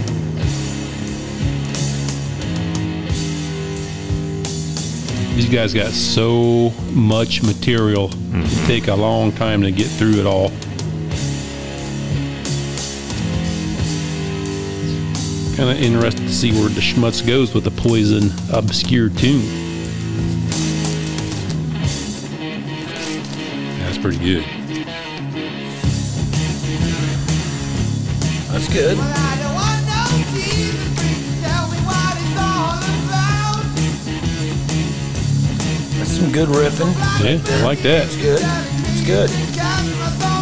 [SPEAKER 3] These guys got so much material.
[SPEAKER 4] Mm-hmm.
[SPEAKER 3] It take a long time to get through it all. Kind of interested to see where the schmutz goes with the poison obscure tune. That's pretty good.
[SPEAKER 4] That's good. That's some good riffing.
[SPEAKER 3] Yeah, I like that.
[SPEAKER 4] It's good. It's good.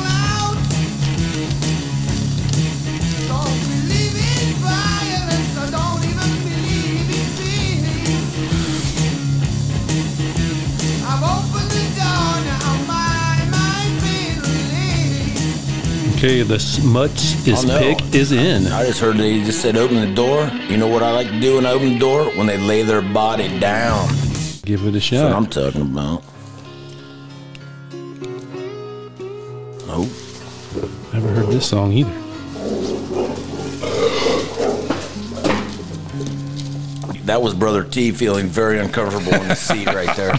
[SPEAKER 3] Okay, the smutz is
[SPEAKER 4] Oh, no.
[SPEAKER 3] pick is in.
[SPEAKER 4] I just heard they just said open the door. You know what I like to do when I open the door? When they lay their body down.
[SPEAKER 3] Give it a
[SPEAKER 4] That's what I'm
[SPEAKER 3] shot.
[SPEAKER 4] talking about. Nope.
[SPEAKER 3] Never heard this song either.
[SPEAKER 4] That was Brother T feeling very uncomfortable in the seat right there.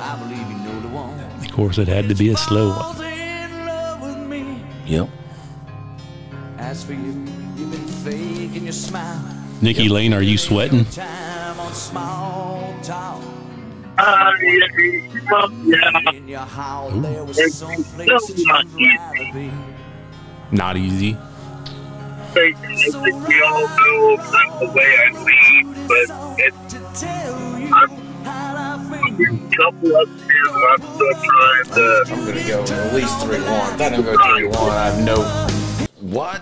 [SPEAKER 7] I believe you know the one.
[SPEAKER 3] Of course, it had to be a slow one.
[SPEAKER 7] Falls in love with me.
[SPEAKER 4] Yep.
[SPEAKER 7] As for you, you've been faking your smile.
[SPEAKER 3] Nikki Lane, are you sweating?
[SPEAKER 7] Time on small talk.
[SPEAKER 6] Uh, yeah, yeah.
[SPEAKER 7] In your house, there was
[SPEAKER 6] It's
[SPEAKER 7] some place
[SPEAKER 6] so
[SPEAKER 7] that you'd
[SPEAKER 6] much
[SPEAKER 7] rather be.
[SPEAKER 5] Not easy.
[SPEAKER 6] I think, I think we all know that's the way I lead, but it's
[SPEAKER 7] To tell you
[SPEAKER 6] I'm-
[SPEAKER 7] how I feel.
[SPEAKER 6] a couple of years I'm still trying to.
[SPEAKER 4] I'm gonna go at least three one. If I don't go three one, I have no. What?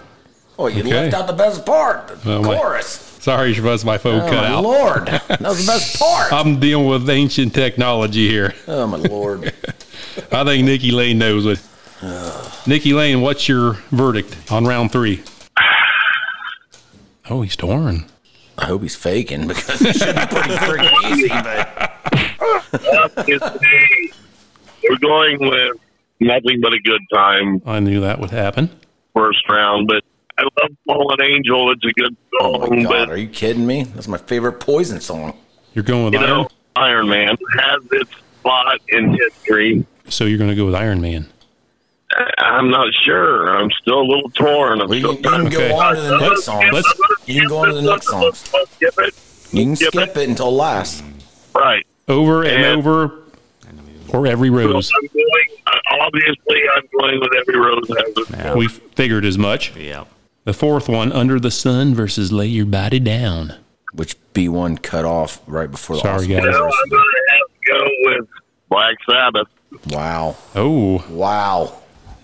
[SPEAKER 4] Oh, you
[SPEAKER 3] Okay.
[SPEAKER 4] left out the best part, the
[SPEAKER 3] Oh, my-
[SPEAKER 4] chorus.
[SPEAKER 3] Sorry, Shabazz, my phone
[SPEAKER 4] Oh
[SPEAKER 3] cut
[SPEAKER 4] my
[SPEAKER 3] out.
[SPEAKER 4] lord, that was the best part.
[SPEAKER 3] I'm dealing with ancient technology here.
[SPEAKER 4] oh my lord.
[SPEAKER 3] I think Nikki Lane knows it. Nikki Lane, what's your verdict on round three? Oh, he's torn.
[SPEAKER 4] I hope he's faking because it should be pretty freaking easy. But
[SPEAKER 6] It's me. We're going with nothing but a good time
[SPEAKER 3] I knew that would happen.
[SPEAKER 6] first round, but I love Fallen Angel. It's a good
[SPEAKER 4] oh my
[SPEAKER 6] song,
[SPEAKER 4] god,
[SPEAKER 6] but
[SPEAKER 4] are you kidding me? That's my favorite Poison song.
[SPEAKER 3] You're going with
[SPEAKER 6] you
[SPEAKER 3] Iron.
[SPEAKER 6] know, Iron Man has its spot in history.
[SPEAKER 3] So you're going to go with Iron Man.
[SPEAKER 6] I- I'm not sure. I'm still a little torn. I'm
[SPEAKER 4] Well, you,
[SPEAKER 6] still
[SPEAKER 4] you can
[SPEAKER 3] Okay.
[SPEAKER 4] go on to the next
[SPEAKER 6] Let's-
[SPEAKER 4] song.
[SPEAKER 3] let's-
[SPEAKER 4] You can go on to the next song.
[SPEAKER 6] Let's skip it.
[SPEAKER 4] You can
[SPEAKER 6] skip
[SPEAKER 4] skip it until last.
[SPEAKER 6] Right.
[SPEAKER 3] Over and,
[SPEAKER 6] And-
[SPEAKER 3] over, or every
[SPEAKER 6] So
[SPEAKER 3] rose.
[SPEAKER 6] I'm going, uh, obviously, I'm going with every rose has its
[SPEAKER 5] Yeah.
[SPEAKER 3] We figured as much.
[SPEAKER 5] Yeah.
[SPEAKER 3] The fourth one, Under the Sun versus Lay Your Body Down.
[SPEAKER 4] Which B1 cut off right before the
[SPEAKER 3] Sorry,
[SPEAKER 4] Oscars.
[SPEAKER 3] guys.
[SPEAKER 6] No, I'm going to have to go with Black Sabbath.
[SPEAKER 4] Wow.
[SPEAKER 3] Oh,
[SPEAKER 4] Wow.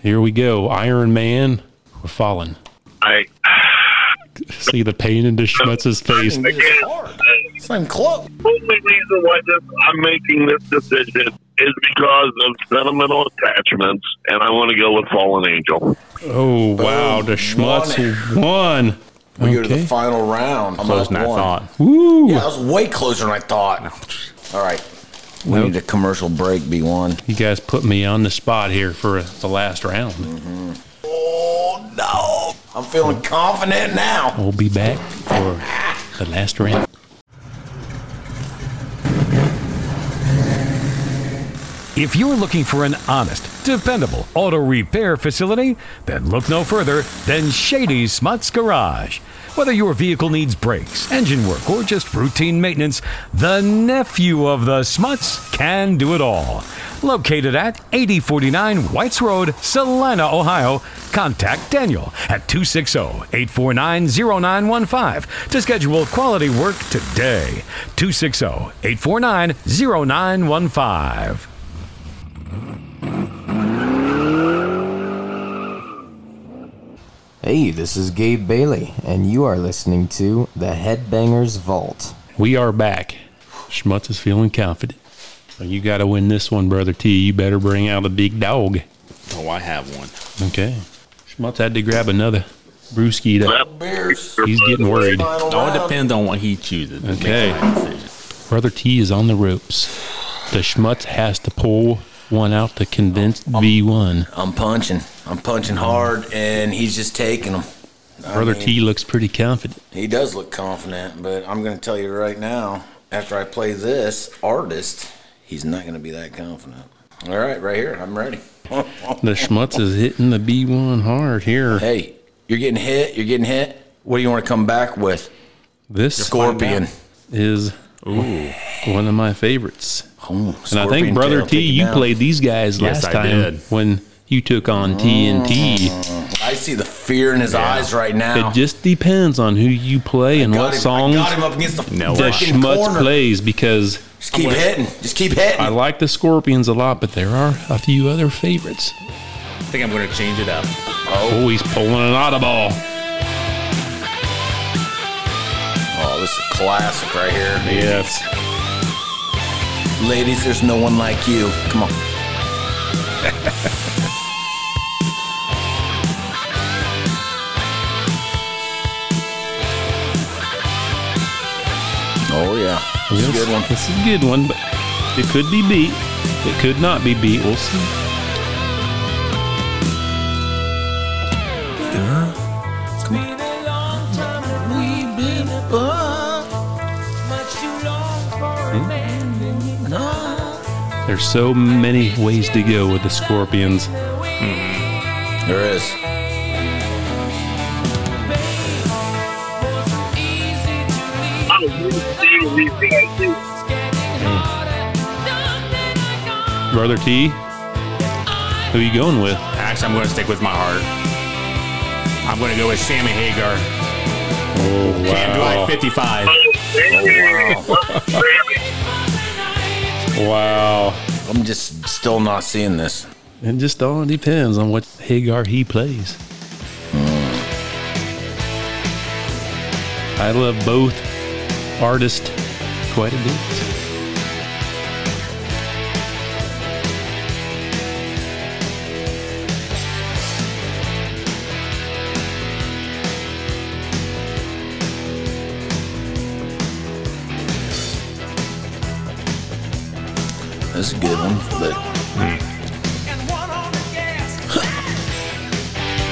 [SPEAKER 3] here we go. Iron Man or Fallen.
[SPEAKER 6] I
[SPEAKER 3] See the pain in the schmutz's face.
[SPEAKER 6] again, the
[SPEAKER 4] It's not even close.
[SPEAKER 6] only reason why this, I'm making this decision is because of sentimental attachments, and I want to go with Fallen Angel.
[SPEAKER 3] Oh, wow. The schmutz won.
[SPEAKER 4] We go to the final round. I'm
[SPEAKER 5] Close
[SPEAKER 4] up
[SPEAKER 5] than I
[SPEAKER 4] one.
[SPEAKER 5] thought.
[SPEAKER 3] Woo.
[SPEAKER 4] Yeah, that was way closer than I thought. All right. We
[SPEAKER 3] Nope.
[SPEAKER 4] need a commercial break, B1.
[SPEAKER 3] You guys put me on the spot here for the last round.
[SPEAKER 4] Oh, no. I'm feeling confident now.
[SPEAKER 3] We'll be back for the last round.
[SPEAKER 9] If you're looking for an honest, dependable auto repair facility, then look no further than Shady Smuts Garage. Whether your vehicle needs brakes, engine work, or just routine maintenance, the nephew of the Smuts can do it all. Located at 8049 Whites Road, Salina, Ohio, contact Daniel at oh, 260 849 0915 to schedule quality work today. oh, 260 849 0915.
[SPEAKER 10] Hey, this is Gabe Bailey, and you are listening to The Headbangers Vault.
[SPEAKER 3] We are back. Schmutz is feeling confident. So you got to win this one, brother T. You better bring out a big dog.
[SPEAKER 5] Oh, I have one.
[SPEAKER 3] Okay. Schmutz had to grab another brewski. To,
[SPEAKER 4] Beers.
[SPEAKER 3] he's getting worried.
[SPEAKER 5] It all depends on what he chooses. to make
[SPEAKER 3] Okay.
[SPEAKER 5] the right decision.
[SPEAKER 3] Brother T is on the ropes. The Schmutz has to pull one out to convince
[SPEAKER 4] Um,
[SPEAKER 3] V1.
[SPEAKER 4] I'm punching. I'm punching hard, and he's just taking them.
[SPEAKER 3] Brother T looks pretty confident.
[SPEAKER 4] He does look confident, but I'm going to tell you right now, after I play this artist, he's not going to be that confident. All right, right here. I'm ready.
[SPEAKER 3] The Schmutz is hitting the B1 hard here.
[SPEAKER 4] hey, you're getting hit. You're getting hit. What do you want to come back with?
[SPEAKER 3] This
[SPEAKER 4] Scorpion.
[SPEAKER 3] is one of my favorites.
[SPEAKER 4] Oh,
[SPEAKER 3] And I think
[SPEAKER 4] scorpion
[SPEAKER 3] Brother
[SPEAKER 4] tail,
[SPEAKER 3] T,
[SPEAKER 4] take it
[SPEAKER 3] you
[SPEAKER 4] down.
[SPEAKER 3] played these guys
[SPEAKER 5] Yes,
[SPEAKER 3] last
[SPEAKER 5] I
[SPEAKER 3] time
[SPEAKER 5] did.
[SPEAKER 3] when you took on TNT.
[SPEAKER 4] I see the fear in his eyes right now.
[SPEAKER 3] It just depends on who you play and
[SPEAKER 4] Got
[SPEAKER 3] what
[SPEAKER 4] him- I
[SPEAKER 3] songs
[SPEAKER 4] got him up against the
[SPEAKER 5] No,
[SPEAKER 3] the
[SPEAKER 4] freaking
[SPEAKER 3] schmutz
[SPEAKER 4] corner.
[SPEAKER 3] plays because
[SPEAKER 4] Just keep hitting. Just keep hitting.
[SPEAKER 3] I like the Scorpions a lot, but there are a few other favorites.
[SPEAKER 5] I think I'm going to change it up.
[SPEAKER 3] Oh, he's pulling an audible.
[SPEAKER 4] oh, this is a classic right here.
[SPEAKER 3] Yes.
[SPEAKER 4] Ladies, there's no one like you. Come on. oh yeah, this is a good one.
[SPEAKER 3] This is a good one, but it could be beat. It could not be beat. We'll see.
[SPEAKER 4] Hmm?
[SPEAKER 3] There's so many ways to go with the Scorpions.
[SPEAKER 4] There is.
[SPEAKER 6] I was really scared of these guys, too.
[SPEAKER 3] Brother T, who you going with?
[SPEAKER 5] Actually, I'm going to stick with my heart. I'm going to go with Sammy Hagar.
[SPEAKER 3] Oh,
[SPEAKER 5] Can't drive 55.
[SPEAKER 3] Wow.
[SPEAKER 4] I'm just still not seeing this.
[SPEAKER 3] It just all depends on what Hagar he plays. I love both artists quite a bit.
[SPEAKER 4] This is a good one, but Hmm.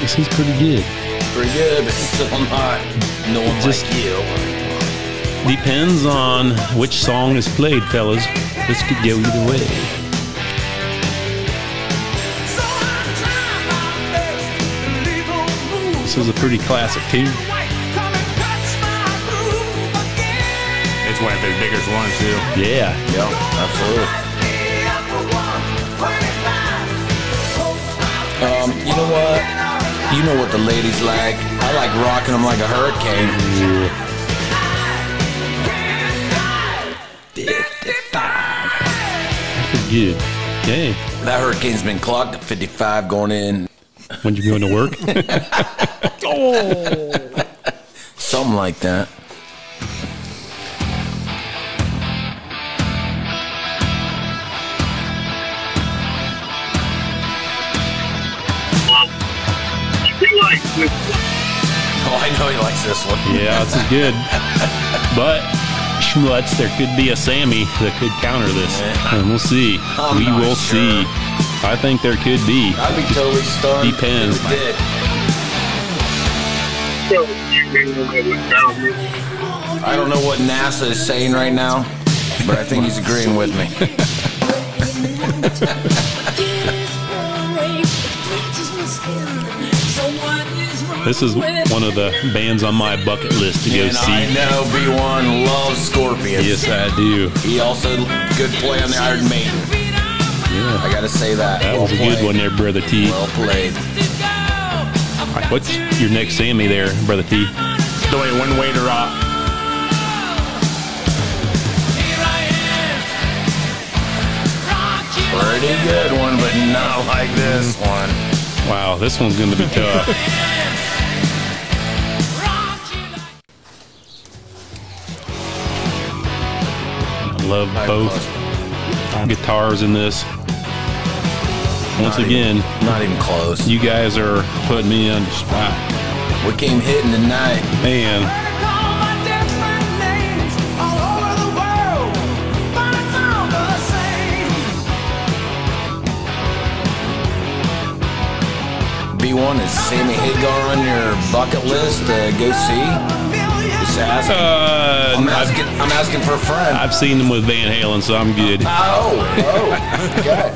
[SPEAKER 3] This is pretty good.
[SPEAKER 4] pretty good. But still not. No one
[SPEAKER 3] Just-
[SPEAKER 4] like you.
[SPEAKER 3] Depends on which song is played, fellas. This could go either way. This is a pretty classic tune.
[SPEAKER 5] It's one of his biggest ones, too.
[SPEAKER 3] Yeah.
[SPEAKER 4] Yeah, absolutely. Um, you know what? You know what the ladies like. I like rocking them like a hurricane.
[SPEAKER 3] Pretty good. Dang.
[SPEAKER 4] That hurricane's been clocked at 55 going in,
[SPEAKER 3] When you going to work?
[SPEAKER 4] something like that.
[SPEAKER 6] He likes this
[SPEAKER 4] Oh, I know he likes this one.
[SPEAKER 3] yeah, this is good. But Schmutz, there could be a Sammy that could counter this. And we'll see.
[SPEAKER 4] I'm
[SPEAKER 3] we
[SPEAKER 4] not
[SPEAKER 3] will
[SPEAKER 4] sure.
[SPEAKER 3] see. I think there could be.
[SPEAKER 4] I'd be totally stunned.
[SPEAKER 3] Depends.
[SPEAKER 4] If it did. I don't know what NASA is saying right now, but I think he's agreeing with me.
[SPEAKER 3] This is one of the bands on my bucket list to go
[SPEAKER 4] and
[SPEAKER 3] see.
[SPEAKER 4] I know B1 loves Scorpions.
[SPEAKER 3] Yes, I do.
[SPEAKER 4] He also good play on the Iron Maiden. I
[SPEAKER 3] Yeah,
[SPEAKER 4] gotta say that.
[SPEAKER 3] that was a
[SPEAKER 4] Well
[SPEAKER 3] good one
[SPEAKER 4] played.
[SPEAKER 3] there, brother T.
[SPEAKER 4] Well played.
[SPEAKER 3] What's your next Sammy there, brother T?
[SPEAKER 5] The way one way to rock.
[SPEAKER 4] Pretty good one, but not like this one.
[SPEAKER 3] Wow, this one's going to be tough. I love both guitars in this. Once
[SPEAKER 4] Not even-
[SPEAKER 3] again,
[SPEAKER 4] not even close.
[SPEAKER 3] you guys are putting me on the spot.
[SPEAKER 4] we came hitting tonight.
[SPEAKER 3] Man,
[SPEAKER 4] B1 is Sammy Hagar on your bucket list to go see. Just ask.
[SPEAKER 3] uh,
[SPEAKER 4] I'm asking. I'm asking for a friend.
[SPEAKER 3] I've seen them with Van Halen, so I'm good.
[SPEAKER 4] Oh, oh, okay.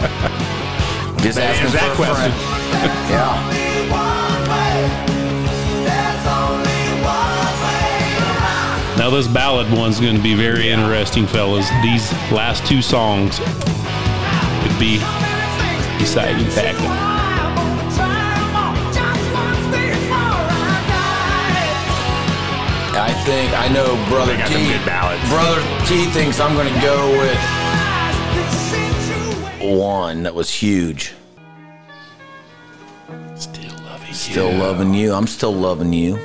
[SPEAKER 4] Just asking
[SPEAKER 5] There's
[SPEAKER 4] for
[SPEAKER 5] that
[SPEAKER 4] a
[SPEAKER 5] question.
[SPEAKER 4] friend. Yeah.
[SPEAKER 3] Now, this ballad one's going to be very interesting, fellas. These last two songs could be deciding factor.
[SPEAKER 4] I think I know brother
[SPEAKER 5] They got
[SPEAKER 4] T.
[SPEAKER 5] some good ballads.
[SPEAKER 4] Brother T thinks I'm gonna go with one that was huge.
[SPEAKER 3] Still loving
[SPEAKER 4] Still loving you. I'm still loving you.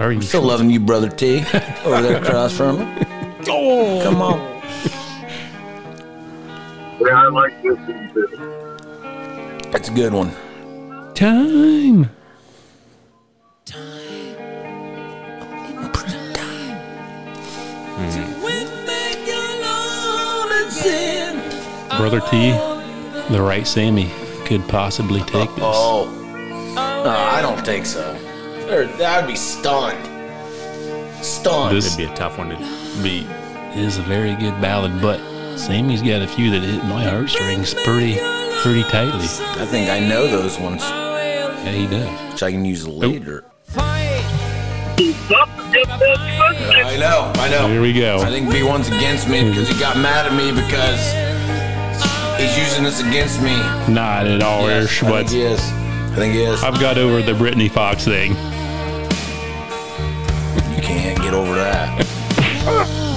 [SPEAKER 3] Are you
[SPEAKER 4] Still loving you, brother T. Over there across from me. Oh, come on.
[SPEAKER 6] Yeah, I like this one too.
[SPEAKER 4] That's a good one.
[SPEAKER 3] Time. Brother T, the right Sammy could possibly take this.
[SPEAKER 4] Oh, no, I don't think so. Or I'd be stunned. Stunned.
[SPEAKER 3] This-
[SPEAKER 5] It'd be a tough one to beat.
[SPEAKER 3] It is a very good ballad, but Sammy's got a few that hit my heartstrings pretty, pretty tightly.
[SPEAKER 4] I think I know those ones,
[SPEAKER 3] Yeah, he does.
[SPEAKER 4] which I can use later.
[SPEAKER 6] Something
[SPEAKER 4] I know. I know.
[SPEAKER 3] Here we
[SPEAKER 4] I
[SPEAKER 3] go.
[SPEAKER 4] think B1's against me because he got mad at me because he's using this against me.
[SPEAKER 3] Not at all, Irish,
[SPEAKER 4] I think
[SPEAKER 3] but
[SPEAKER 4] he is. I think he is.
[SPEAKER 3] Oh, I've got over the Britney Fox thing.
[SPEAKER 4] You can't get over that.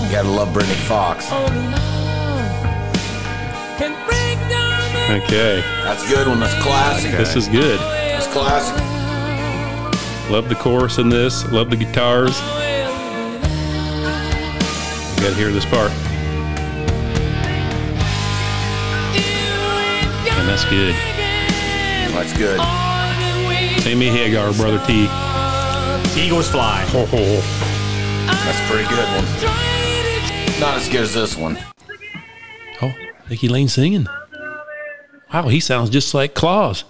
[SPEAKER 4] you gotta love Brittany Fox.
[SPEAKER 3] Okay,
[SPEAKER 4] That's a good one. That's classic.
[SPEAKER 3] this is good.
[SPEAKER 4] That's classic.
[SPEAKER 3] Love the chorus in this. Love the guitars. You gotta hear this part. And that's good.
[SPEAKER 4] That's good.
[SPEAKER 3] Sammy Hagar, Brother T.
[SPEAKER 5] Eagles fly.
[SPEAKER 3] Oh,
[SPEAKER 4] That's a pretty good one. Not as good as this one.
[SPEAKER 3] Oh, Nicky Lane singing. Wow, he sounds just like Claus.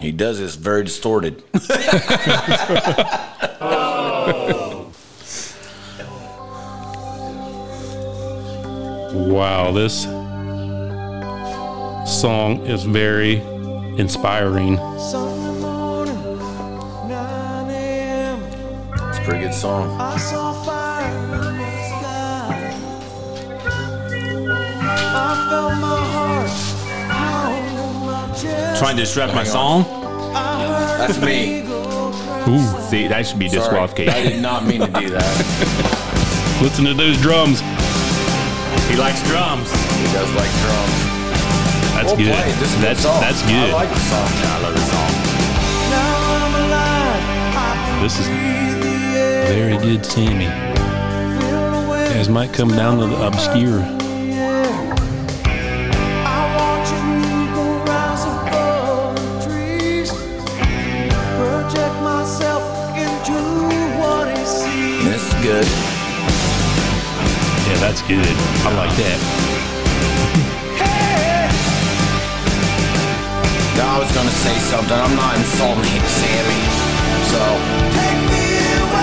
[SPEAKER 4] He does this very distorted.
[SPEAKER 3] Wow, this song is very inspiring.
[SPEAKER 4] It's a pretty good song.
[SPEAKER 5] Trying to disrupt my
[SPEAKER 4] Hang
[SPEAKER 5] song?
[SPEAKER 4] That's me.
[SPEAKER 5] See, that should be
[SPEAKER 4] Sorry. I
[SPEAKER 5] disqualification.
[SPEAKER 4] did not mean to do that.
[SPEAKER 3] Listen to those drums.
[SPEAKER 5] He likes drums.
[SPEAKER 4] He does like drums.
[SPEAKER 3] That's
[SPEAKER 4] Well
[SPEAKER 3] good.
[SPEAKER 4] played. This is a good
[SPEAKER 3] That's
[SPEAKER 4] song.
[SPEAKER 3] that's
[SPEAKER 4] I
[SPEAKER 3] good.
[SPEAKER 4] like the song.
[SPEAKER 5] I love this song.
[SPEAKER 3] This is very good, Sammy. Guys might come down to the obscure.
[SPEAKER 4] This is good.
[SPEAKER 3] Yeah, that's good. I like that.
[SPEAKER 4] Now, I was gonna say something. I'm not insulting Sammy. So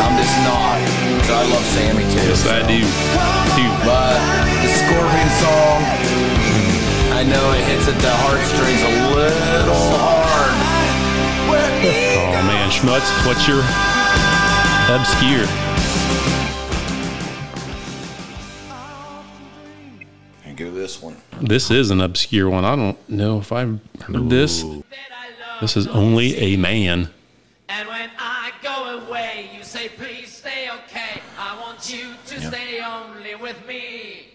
[SPEAKER 4] I'm just not. So I love Sammy too.
[SPEAKER 3] Yes, I do.
[SPEAKER 4] But the Scorpion song, I know it hits at the heartstrings a little hard.
[SPEAKER 3] Oh man, Schmutz, what's your obscure?
[SPEAKER 4] And go this one.
[SPEAKER 3] This is an obscure one. I don't know if I've heard this. This is only a man.
[SPEAKER 11] And when I go away, you say, please stay okay. I want you to stay only with me.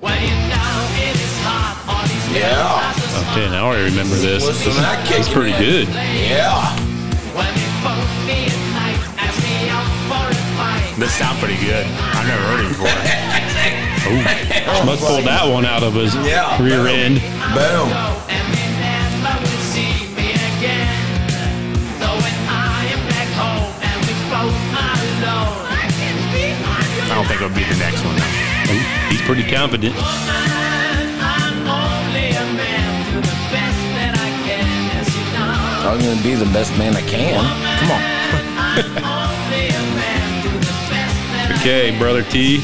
[SPEAKER 11] Well, you know it is hard on these
[SPEAKER 4] Yeah.
[SPEAKER 3] Okay, now I remember this.
[SPEAKER 4] Listen
[SPEAKER 3] This
[SPEAKER 4] to that
[SPEAKER 3] is
[SPEAKER 4] kicking
[SPEAKER 3] pretty
[SPEAKER 4] in.
[SPEAKER 3] good.
[SPEAKER 4] Yeah.
[SPEAKER 11] When you phone me at night, ask me out for a fight.
[SPEAKER 5] This sound pretty good. I've never heard it before.
[SPEAKER 3] Schmutz pulled that one out of his
[SPEAKER 4] Yeah.
[SPEAKER 3] rear end.
[SPEAKER 4] Boom.
[SPEAKER 11] And you never will see me again. Though when I am back home and we both are alone, I can be on your
[SPEAKER 5] I don't think it would be the next one. though.
[SPEAKER 3] Oh, He's pretty confident.
[SPEAKER 11] mind. I'm only a man, do the best that I can, as you know.
[SPEAKER 4] I'm going to be the best man I can. Come on.
[SPEAKER 3] Okay, brother T,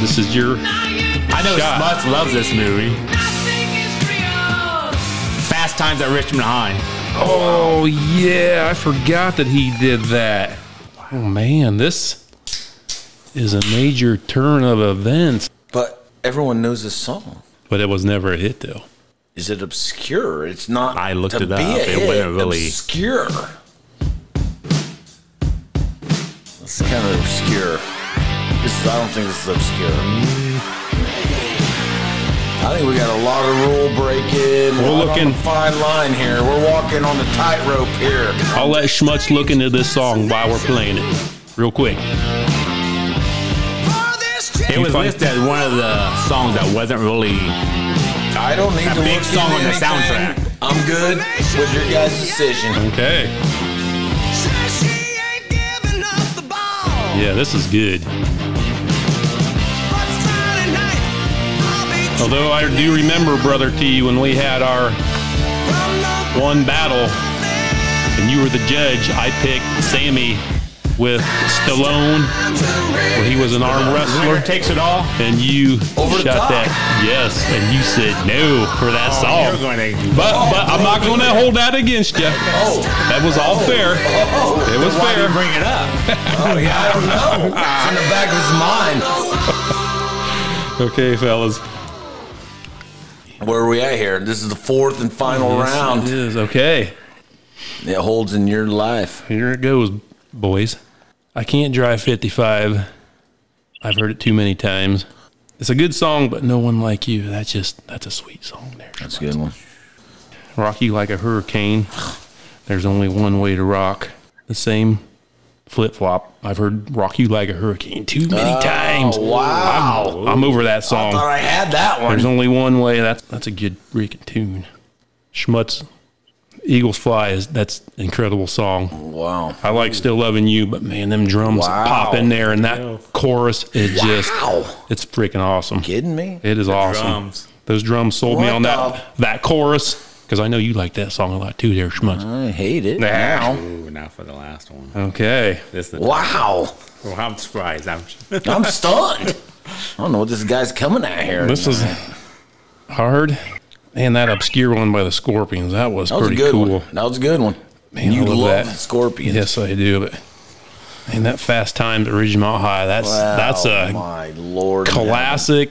[SPEAKER 3] this is your
[SPEAKER 5] I know
[SPEAKER 3] Shot.
[SPEAKER 5] Smuts loves this movie.
[SPEAKER 11] Nothing is real.
[SPEAKER 5] Fast Times at Richmond High.
[SPEAKER 3] Oh yeah, I forgot that he did that. Oh man, this is a major turn of events.
[SPEAKER 4] But everyone knows this song.
[SPEAKER 3] But it was never a hit though.
[SPEAKER 4] Is it obscure? It's not.
[SPEAKER 5] I looked
[SPEAKER 4] to
[SPEAKER 5] it
[SPEAKER 4] be
[SPEAKER 5] up.
[SPEAKER 4] a
[SPEAKER 5] It
[SPEAKER 4] hit,
[SPEAKER 5] wouldn't really-
[SPEAKER 4] obscure. It's kind of obscure. This is, I don't think this is obscure. I think we got a lot of rule breaking.
[SPEAKER 3] We're
[SPEAKER 4] a lot
[SPEAKER 3] looking-
[SPEAKER 4] on a fine line here. We're walking on the tightrope here.
[SPEAKER 3] I'll let Schmutz look into this song while we're playing it. Real quick.
[SPEAKER 5] It
[SPEAKER 3] You
[SPEAKER 5] was
[SPEAKER 3] find-
[SPEAKER 5] listed as one of the songs that wasn't really.
[SPEAKER 4] I don't need
[SPEAKER 5] That
[SPEAKER 4] to
[SPEAKER 5] big
[SPEAKER 4] look
[SPEAKER 5] song
[SPEAKER 4] into
[SPEAKER 5] on the
[SPEAKER 4] anything.
[SPEAKER 5] soundtrack.
[SPEAKER 4] I'm good with your guys' decision.
[SPEAKER 3] Okay. Yeah, this is good. Although I do remember, brother T, when we had our one battle and you were the judge, I picked Sammy with Stallone, where he was an arm wrestler.
[SPEAKER 5] Winner takes it all.
[SPEAKER 3] and you
[SPEAKER 4] Over the
[SPEAKER 3] shot
[SPEAKER 4] top.
[SPEAKER 3] that yes, and you said no for that
[SPEAKER 5] Oh, You're
[SPEAKER 3] song.
[SPEAKER 5] going to.
[SPEAKER 3] But but I'm not going to hold that against you. Oh, that was all fair. It was
[SPEAKER 5] Why do you
[SPEAKER 3] fair.
[SPEAKER 5] bring it up?
[SPEAKER 4] Oh, yeah, I don't know. It's in the back of his mind.
[SPEAKER 3] Okay, fellas.
[SPEAKER 4] Where are we at here? This is the fourth and final round.
[SPEAKER 3] It is okay.
[SPEAKER 4] It holds in your life.
[SPEAKER 3] Here it goes, boys. I can't drive 55. I've heard it too many times. It's a good song, but no one like you. That's just that's a sweet song there.
[SPEAKER 4] That's a good one.
[SPEAKER 3] Rock you like a hurricane. There's only one way to rock. The same flip flop. I've heard rock you like a hurricane too many times.
[SPEAKER 4] Oh, Wow.
[SPEAKER 3] I'm over that
[SPEAKER 4] I
[SPEAKER 3] song.
[SPEAKER 4] thought I had that
[SPEAKER 3] There's
[SPEAKER 4] one.
[SPEAKER 3] only one way. That's that's a good freaking tune. Schmutz, Eagles Fly is that's an incredible song.
[SPEAKER 4] Wow.
[SPEAKER 3] I like Still Loving You, but man, them drums
[SPEAKER 4] Wow.
[SPEAKER 3] pop in there and that chorus is just
[SPEAKER 4] Ow.
[SPEAKER 3] it's freaking awesome.
[SPEAKER 4] Kidding me?
[SPEAKER 3] It is awesome.
[SPEAKER 5] drums.
[SPEAKER 3] Those drums sold me
[SPEAKER 4] What
[SPEAKER 3] on
[SPEAKER 4] the-
[SPEAKER 3] that that chorus because I know you like that song a lot too, there, Schmutz.
[SPEAKER 4] I hate it.
[SPEAKER 3] Now.
[SPEAKER 5] Ooh, now for the last one.
[SPEAKER 3] Okay.
[SPEAKER 5] This is.
[SPEAKER 4] Wow.
[SPEAKER 5] Well, I'm surprised. I'm.
[SPEAKER 4] I'm stunned. I don't know what this guy's coming at here.
[SPEAKER 3] This is hard. And that obscure one by the Scorpions, that was,
[SPEAKER 4] that was a
[SPEAKER 3] pretty
[SPEAKER 4] good
[SPEAKER 3] cool.
[SPEAKER 4] one. That was a good one.
[SPEAKER 3] Man,
[SPEAKER 4] you
[SPEAKER 3] I love that.
[SPEAKER 4] Scorpions.
[SPEAKER 3] Yes, I do. But and that fast times at Ridgemont High, that's
[SPEAKER 4] Wow,
[SPEAKER 3] that's a
[SPEAKER 4] my lord.
[SPEAKER 3] classic,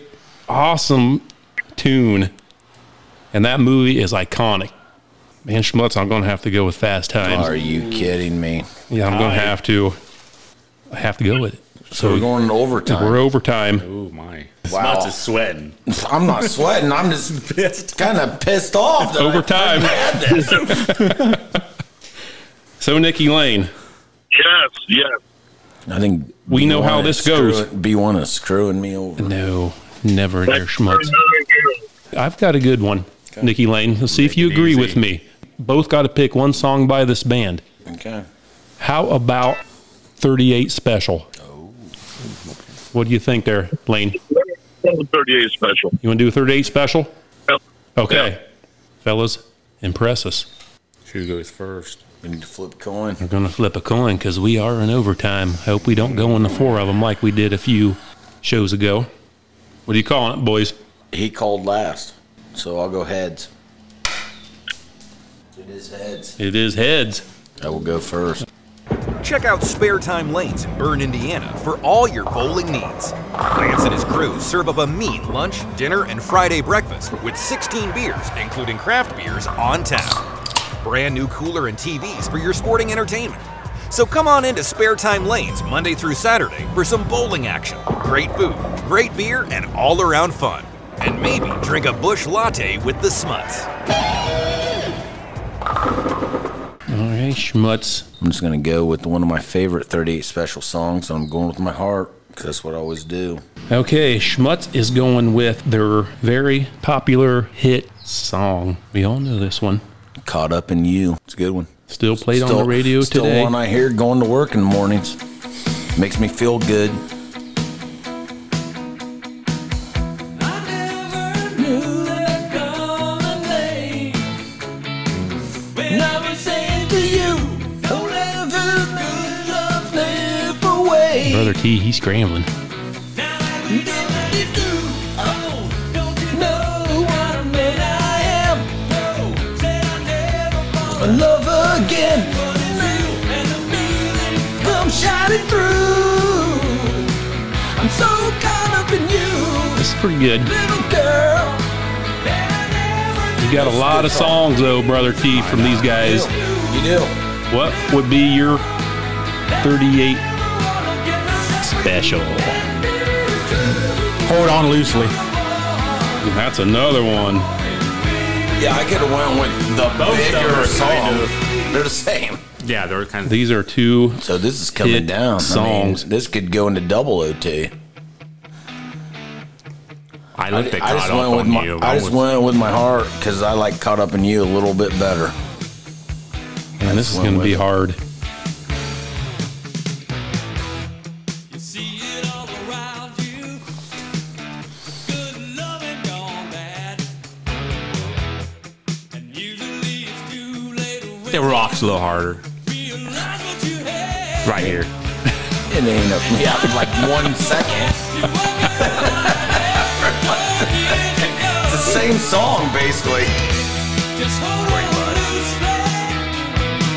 [SPEAKER 3] awesome tune. And that movie is iconic. Man, Schmutz, I'm gonna have to go with Fast Times.
[SPEAKER 4] Are you kidding me?
[SPEAKER 3] Yeah, I'm gonna
[SPEAKER 5] Alright.
[SPEAKER 3] have to. I have to go with it.
[SPEAKER 4] So we're going to overtime.
[SPEAKER 3] We're overtime.
[SPEAKER 5] Ooh my.
[SPEAKER 4] Wow.
[SPEAKER 5] Smuts is sweating.
[SPEAKER 4] I'm not sweating. I'm just pissed. kind of pissed off. That I
[SPEAKER 3] Overtime.
[SPEAKER 4] had this.
[SPEAKER 3] So Nikki Lane,
[SPEAKER 6] Yes, yes.
[SPEAKER 4] I think
[SPEAKER 3] We know
[SPEAKER 4] B1
[SPEAKER 3] how
[SPEAKER 4] is
[SPEAKER 3] this goes.
[SPEAKER 4] screwing- B1 is screwing me over.
[SPEAKER 3] No, never dear schmutz. I've got a good one, Nikki Lane. Let's see if
[SPEAKER 5] Make
[SPEAKER 3] you
[SPEAKER 5] it
[SPEAKER 3] agree
[SPEAKER 5] easy.
[SPEAKER 3] with me. Both got to pick one song by this band.
[SPEAKER 4] Okay.
[SPEAKER 3] How about 38 Special? What do you think there, Lane?
[SPEAKER 6] 38 special.
[SPEAKER 3] You want to do a 38 Special?
[SPEAKER 6] Yep.
[SPEAKER 3] Okay. Fellas, impress us.
[SPEAKER 5] Who goes first?
[SPEAKER 4] We need to flip a coin.
[SPEAKER 3] We're going to flip a coin because we are in overtime. Hope we don't go into four of them like we did a few shows ago. What are you calling it, boys?
[SPEAKER 4] He called last, so I'll go heads. It is heads.
[SPEAKER 3] It is heads.
[SPEAKER 4] I will go first.
[SPEAKER 12] Check out Spare Time Lanes in Burn, Indiana for all your bowling needs. Lance and his crew serve up a mean lunch, dinner, and Friday breakfast with 16 beers, including craft beers, on tap. Brand new cooler and TVs for your sporting entertainment. So come on into Spare Time Lanes Monday through Saturday for some bowling action, great food, great beer, and all around fun. And maybe drink a bush latte with the smuts.
[SPEAKER 3] All right, schmutz.
[SPEAKER 4] I'm just gonna go with one of my favorite 38 special songs. I'm going with my heart because that's what I always do.
[SPEAKER 3] Okay, Schmutz is going with their very popular hit song. We all know this one.
[SPEAKER 4] Caught up in you. It's a good one.
[SPEAKER 3] Still played on the radio
[SPEAKER 4] still
[SPEAKER 3] today.
[SPEAKER 4] one I hear going to work in the mornings. Makes me feel good.
[SPEAKER 3] Brother T, he's scrambling.
[SPEAKER 7] Love again come shining through. I'm so caught up in you,
[SPEAKER 3] This is pretty good.
[SPEAKER 7] little girl.
[SPEAKER 3] You got a lot of songs though, Brother T, from these guys.
[SPEAKER 4] You do.
[SPEAKER 3] What would be your 38 special?
[SPEAKER 5] Hold on loosely.
[SPEAKER 3] That's another one.
[SPEAKER 4] Yeah, I could have went with the
[SPEAKER 5] Both of them
[SPEAKER 4] bigger
[SPEAKER 5] are kind
[SPEAKER 4] song. They're the same.
[SPEAKER 5] Yeah, they're kind of.
[SPEAKER 3] These are two.
[SPEAKER 4] So this is coming
[SPEAKER 3] Hit
[SPEAKER 4] down. I mean,
[SPEAKER 3] songs.
[SPEAKER 4] this could go into double OT.
[SPEAKER 5] I looked at
[SPEAKER 4] I
[SPEAKER 5] caught
[SPEAKER 4] just
[SPEAKER 5] up
[SPEAKER 4] went with
[SPEAKER 5] on
[SPEAKER 4] my
[SPEAKER 5] you.
[SPEAKER 4] I just
[SPEAKER 5] was-
[SPEAKER 4] went with my heart because I like caught up in you a little bit better.
[SPEAKER 3] Man, this is
[SPEAKER 4] Went
[SPEAKER 3] going to
[SPEAKER 4] with
[SPEAKER 3] be
[SPEAKER 4] it.
[SPEAKER 3] hard.
[SPEAKER 5] It rocks a little harder. Right here.
[SPEAKER 4] It ain't up. Yeah, it's like one second. it's the same song basically.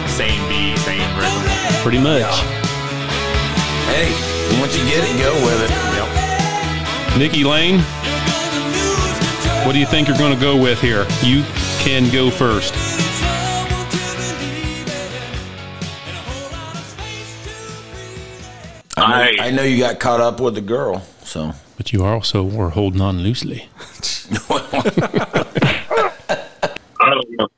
[SPEAKER 5] Same beat, same rhythm.
[SPEAKER 3] Pretty much.
[SPEAKER 4] Hey, once you get it, go with it.
[SPEAKER 3] Nikki Lane, what do you think you're going to go with here? You can go first.
[SPEAKER 4] I
[SPEAKER 6] I,
[SPEAKER 4] know, I know you got caught up with the girl, so
[SPEAKER 3] But you also were holding on loosely.
[SPEAKER 6] I don't know.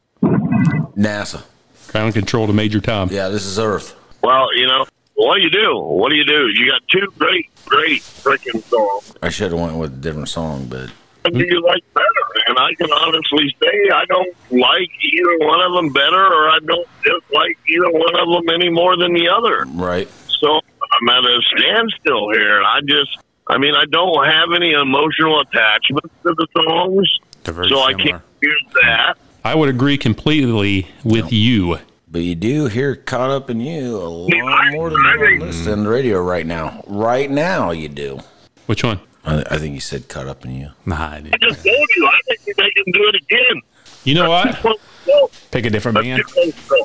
[SPEAKER 4] NASA.
[SPEAKER 3] Ground control to Major Tom.
[SPEAKER 4] Yeah, this is Earth.
[SPEAKER 6] Well, you know, what do you do? What do you do? You got two great, great freaking songs.
[SPEAKER 4] I should have went with a different song, but
[SPEAKER 6] What do you like better? And I can honestly say I don't like either one of them better, or I don't dislike either one of them any more than the other.
[SPEAKER 4] right.
[SPEAKER 6] So I'm at a standstill here. I just, I mean, I don't have any emotional attachment to the songs,
[SPEAKER 5] They're very
[SPEAKER 6] so I
[SPEAKER 5] similar.
[SPEAKER 6] can't use that.
[SPEAKER 3] I would agree completely with you.
[SPEAKER 4] But you do hear "Caught Up in You" a lot
[SPEAKER 6] I-
[SPEAKER 4] more than
[SPEAKER 6] I
[SPEAKER 4] you're
[SPEAKER 6] think-
[SPEAKER 4] listening to the radio right now. Right now, you do.
[SPEAKER 3] Which one?
[SPEAKER 4] I, I think you said "Caught Up in You."
[SPEAKER 5] Nah, I didn't.
[SPEAKER 6] I just told you, I think they can do it again.
[SPEAKER 3] You know what?
[SPEAKER 5] Pick a different band.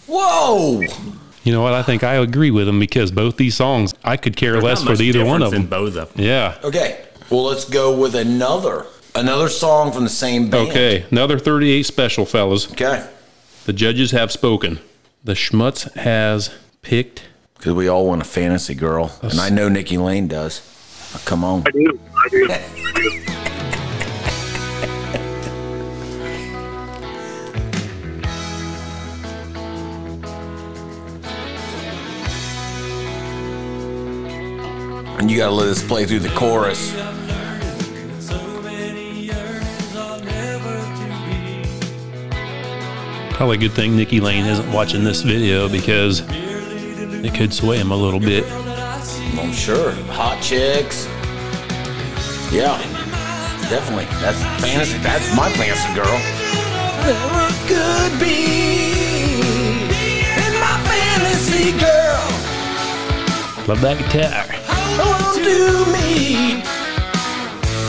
[SPEAKER 4] Whoa!
[SPEAKER 3] You know what? I think I agree with him because both these songs, I could care less
[SPEAKER 5] Not much
[SPEAKER 3] for either one of
[SPEAKER 5] difference in
[SPEAKER 3] them.
[SPEAKER 5] both of them.
[SPEAKER 3] Yeah.
[SPEAKER 4] Okay. Well, let's go with another another song from the same band.
[SPEAKER 3] Okay. Another 38 special, fellas.
[SPEAKER 4] Okay.
[SPEAKER 3] The judges have spoken. The schmutz has picked.
[SPEAKER 4] Because we all want a fantasy girl, and I know Nikki Lane does. Oh, come on.
[SPEAKER 6] I do. I do. I do.
[SPEAKER 4] And you gotta let this play through the chorus.
[SPEAKER 3] Probably a good thing Nikki Lane isn't watching this video because it could sway him a little bit.
[SPEAKER 4] I'm sure. Hot chicks. Yeah. Definitely. That's fantasy. That's my fantasy girl.
[SPEAKER 7] Never could be in my pretty girl.
[SPEAKER 3] Love that guitar.
[SPEAKER 7] Won't do me.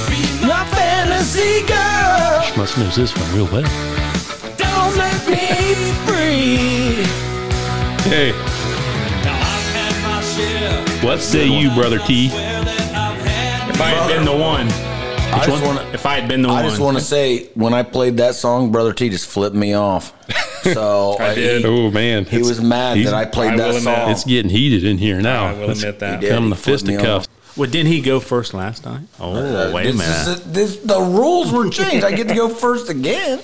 [SPEAKER 7] Be my fantasy girl.
[SPEAKER 3] She must knows this one real well.
[SPEAKER 7] Don't make me free.
[SPEAKER 3] Hey, what say you, brother T?
[SPEAKER 5] If I had been the one.
[SPEAKER 4] I just wanna,
[SPEAKER 5] if I had been the
[SPEAKER 4] I
[SPEAKER 5] one.
[SPEAKER 4] just want to say, when I played that song, Brother T just flipped me off. So uh,
[SPEAKER 5] I did.
[SPEAKER 4] He,
[SPEAKER 3] Oh man,
[SPEAKER 4] he was mad that I played
[SPEAKER 5] I
[SPEAKER 4] that
[SPEAKER 5] will admit-
[SPEAKER 4] song.
[SPEAKER 3] It's getting heated in here now.
[SPEAKER 5] I will
[SPEAKER 3] Let's
[SPEAKER 5] admit that. He
[SPEAKER 4] did.
[SPEAKER 3] Come
[SPEAKER 4] He
[SPEAKER 3] the
[SPEAKER 4] flipped me
[SPEAKER 3] fisticuffs.
[SPEAKER 5] Well, didn't he go first last night? Oh,
[SPEAKER 4] Uh,
[SPEAKER 5] wait a
[SPEAKER 4] this
[SPEAKER 5] minute.
[SPEAKER 4] is- this- the rules were changed. I get to go first again.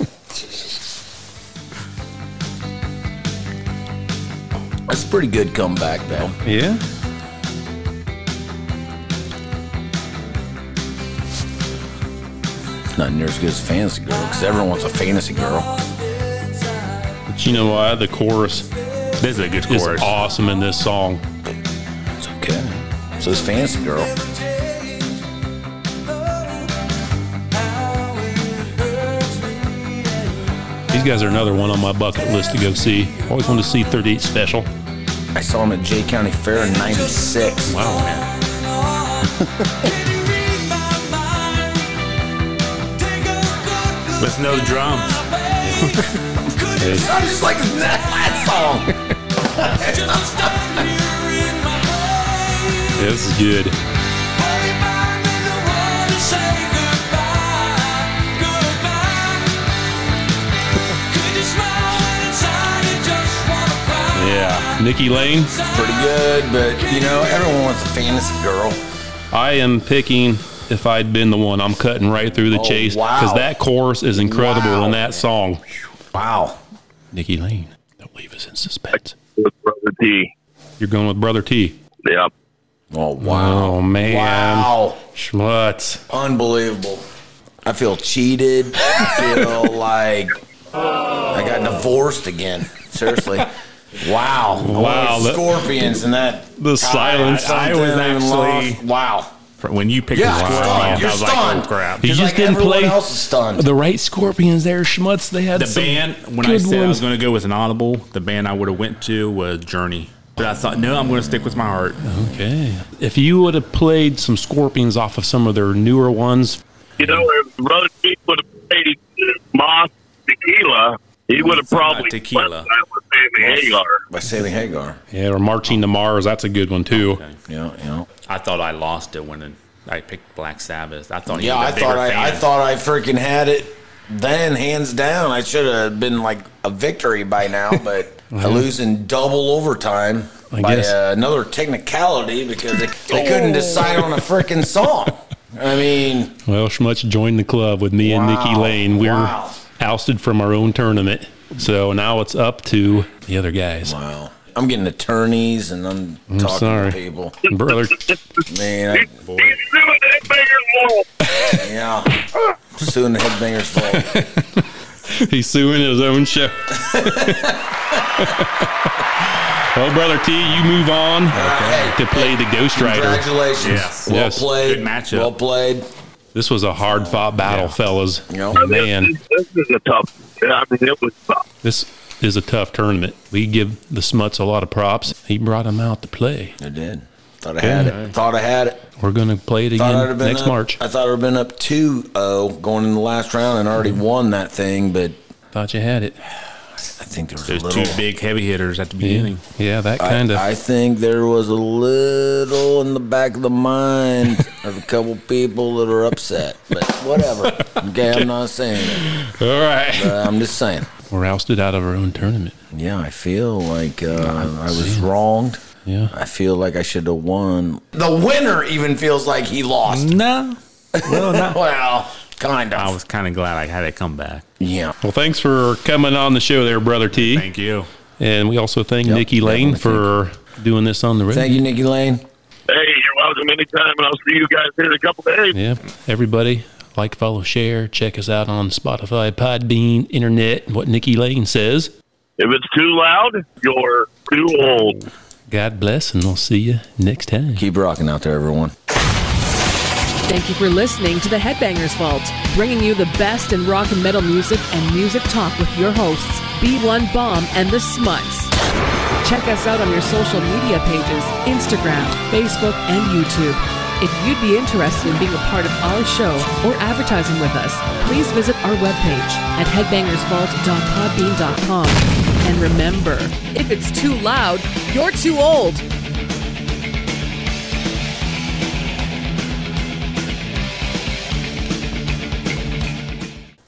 [SPEAKER 4] That's a pretty good comeback, though.
[SPEAKER 3] Yeah.
[SPEAKER 4] It's not near as good as Fantasy Girl because everyone wants a Fantasy Girl.
[SPEAKER 3] But you know why? The chorus
[SPEAKER 5] This is a good
[SPEAKER 3] is
[SPEAKER 5] chorus.
[SPEAKER 3] awesome in this song.
[SPEAKER 4] It's okay. So it's Fantasy Girl.
[SPEAKER 3] These guys are another one on my bucket list to go see. Always wanted to see 38 Special.
[SPEAKER 4] I saw him at Jay County Fair in '96.
[SPEAKER 5] Wow, man. Listen to the drums.
[SPEAKER 4] I just like Oh, that song.
[SPEAKER 3] Yeah, this is good. Yeah. Nikki Lane,
[SPEAKER 4] Pretty good, but you know everyone wants a Fantasy Girl.
[SPEAKER 3] I am picking if I'd been the one. I'm cutting right through the
[SPEAKER 4] Oh,
[SPEAKER 3] chase
[SPEAKER 4] wow.
[SPEAKER 3] because that chorus is incredible
[SPEAKER 4] Wow.
[SPEAKER 3] in that song.
[SPEAKER 4] Wow.
[SPEAKER 3] Nikki Lane, don't leave us in suspense.
[SPEAKER 6] with Brother T.
[SPEAKER 3] You're going with Brother T.
[SPEAKER 6] Yep.
[SPEAKER 4] Oh wow.
[SPEAKER 3] Oh, man.
[SPEAKER 4] Wow.
[SPEAKER 3] Schmutz.
[SPEAKER 4] Unbelievable. I feel cheated. I feel like I got divorced again. Seriously. Wow.
[SPEAKER 3] Wow,
[SPEAKER 4] All these
[SPEAKER 3] that-
[SPEAKER 4] Scorpions and that.
[SPEAKER 3] The silence.
[SPEAKER 5] I was
[SPEAKER 4] something and
[SPEAKER 5] actually-
[SPEAKER 4] lost. Wow.
[SPEAKER 5] When you picked
[SPEAKER 4] Yeah,
[SPEAKER 5] the
[SPEAKER 4] I'm
[SPEAKER 5] scorpion,
[SPEAKER 4] stunned. You're
[SPEAKER 5] I was
[SPEAKER 4] stunned.
[SPEAKER 5] like, oh, crap.
[SPEAKER 3] He
[SPEAKER 4] Just
[SPEAKER 3] just
[SPEAKER 4] like
[SPEAKER 3] didn't
[SPEAKER 4] everyone
[SPEAKER 3] play
[SPEAKER 4] else is stunned.
[SPEAKER 3] the right Scorpions there. Schmutz, they had
[SPEAKER 5] The
[SPEAKER 3] some
[SPEAKER 5] band, when I
[SPEAKER 3] good
[SPEAKER 5] said I
[SPEAKER 3] ones.
[SPEAKER 5] was going to go with an audible, the band I would have went to was Journey. But I thought, no, I'm going to stick with my heart.
[SPEAKER 3] Okay. If you would have played some Scorpions off of some of their newer ones,
[SPEAKER 6] You know, if Brother T would have played Moss Tequila, he would have
[SPEAKER 5] It's not
[SPEAKER 6] probably
[SPEAKER 5] tequila.
[SPEAKER 6] swept that with Sammy Hagar.
[SPEAKER 4] By Sammy Hagar.
[SPEAKER 3] yeah, or Marching to Mars, that's a good one too.
[SPEAKER 4] Yeah, yeah.
[SPEAKER 5] I thought I lost it when I picked Black Sabbath. I thought he
[SPEAKER 4] Yeah,
[SPEAKER 5] was a
[SPEAKER 4] I
[SPEAKER 5] bigger
[SPEAKER 4] thought
[SPEAKER 5] fan.
[SPEAKER 4] I, I thought I freaking had it then, hands down. I should have been like a victory by now, but I lose in double overtime
[SPEAKER 3] I
[SPEAKER 4] by
[SPEAKER 3] guess.
[SPEAKER 4] uh, another technicality because they, they couldn't decide on a freaking song. I mean,
[SPEAKER 3] Well, Schmutz joined the club with me and Nikki
[SPEAKER 4] Wow.
[SPEAKER 3] Lane. We were
[SPEAKER 4] Wow.
[SPEAKER 3] ousted from our own tournament. So now it's up to the other guys.
[SPEAKER 4] wow. I'm getting attorneys and I'm, talking
[SPEAKER 3] sorry.
[SPEAKER 4] to people.
[SPEAKER 3] Brother,
[SPEAKER 4] Man, I,
[SPEAKER 6] He's doing that bigger wall.
[SPEAKER 4] yeah. Suing the headbangers fault.
[SPEAKER 3] he's suing his own show. well, Brother T, you move on
[SPEAKER 4] right.
[SPEAKER 3] to play the Ghost Rider.
[SPEAKER 4] Congratulations.
[SPEAKER 5] Yes.
[SPEAKER 4] Well
[SPEAKER 3] Yes.
[SPEAKER 4] played.
[SPEAKER 5] Good matchup.
[SPEAKER 4] Well played.
[SPEAKER 3] This was a hard fought battle, fellas.
[SPEAKER 4] Yeah.
[SPEAKER 3] Man,
[SPEAKER 6] This is a tough. I mean, it was tough.
[SPEAKER 3] this is a tough tournament. We give the Smuts a lot of props. He brought them out to play.
[SPEAKER 4] I did. Thought I had it. Thought I had it.
[SPEAKER 3] We're going to play it
[SPEAKER 4] Thought I'd have
[SPEAKER 3] again
[SPEAKER 4] been
[SPEAKER 3] next
[SPEAKER 4] up,
[SPEAKER 3] March.
[SPEAKER 4] I thought I'd have been up 2-0 going in the last round and already won that thing, but
[SPEAKER 3] Thought you had it.
[SPEAKER 4] I think there was
[SPEAKER 5] There's
[SPEAKER 4] a little.
[SPEAKER 5] two big heavy hitters at the
[SPEAKER 3] Yeah,
[SPEAKER 5] beginning.
[SPEAKER 3] yeah that
[SPEAKER 4] I-
[SPEAKER 3] kind of.
[SPEAKER 4] I, think there was a little in the back of the mind of a couple people that are upset, but whatever. Okay, I'm not saying it.
[SPEAKER 3] All right.
[SPEAKER 4] Uh, I'm just saying.
[SPEAKER 3] We're ousted out of our own tournament.
[SPEAKER 4] Yeah, I feel like uh, I was wronged.
[SPEAKER 3] Yeah.
[SPEAKER 4] I feel like I should have won. The winner even feels like he lost.
[SPEAKER 5] No. Well, not.
[SPEAKER 4] Well, kind
[SPEAKER 5] I
[SPEAKER 4] of.
[SPEAKER 5] was kind of glad I had it come back.
[SPEAKER 4] yeah.
[SPEAKER 3] Well, thanks for coming on the show there, Brother T.
[SPEAKER 5] Thank you.
[SPEAKER 3] And we also thank Nikki Lane for doing this on the radio.
[SPEAKER 4] Thank you, Nikki Lane.
[SPEAKER 6] Hey, you're welcome anytime, and I'll see you guys here in a couple days.
[SPEAKER 3] Yeah. Everybody, like, follow, share. Check us out on Spotify, Podbean, Internet. What Nikki Lane says.
[SPEAKER 6] If it's too loud, you're too old.
[SPEAKER 3] God bless, and we'll see you next time.
[SPEAKER 4] Keep rocking out there, everyone.
[SPEAKER 1] Thank you for listening to The Headbangers Vault, bringing you the best in rock and metal music and music talk with your hosts, B1 Bomb and The Smuts. Check us out on your social media pages Instagram, Facebook, and YouTube. If you'd be interested in being a part of our show or advertising with us, please visit our webpage at headbangersvault.podbean.com. And remember, if it's too loud, you're too old.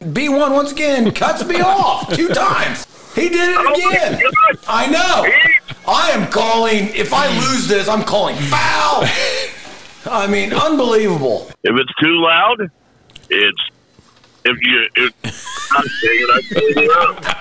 [SPEAKER 4] B1 once again cuts me off two times. He did it again. I know. I am calling. If I lose this, I'm calling foul. I mean, unbelievable.
[SPEAKER 6] If it's too loud, it's if you. It, I'm saying it, I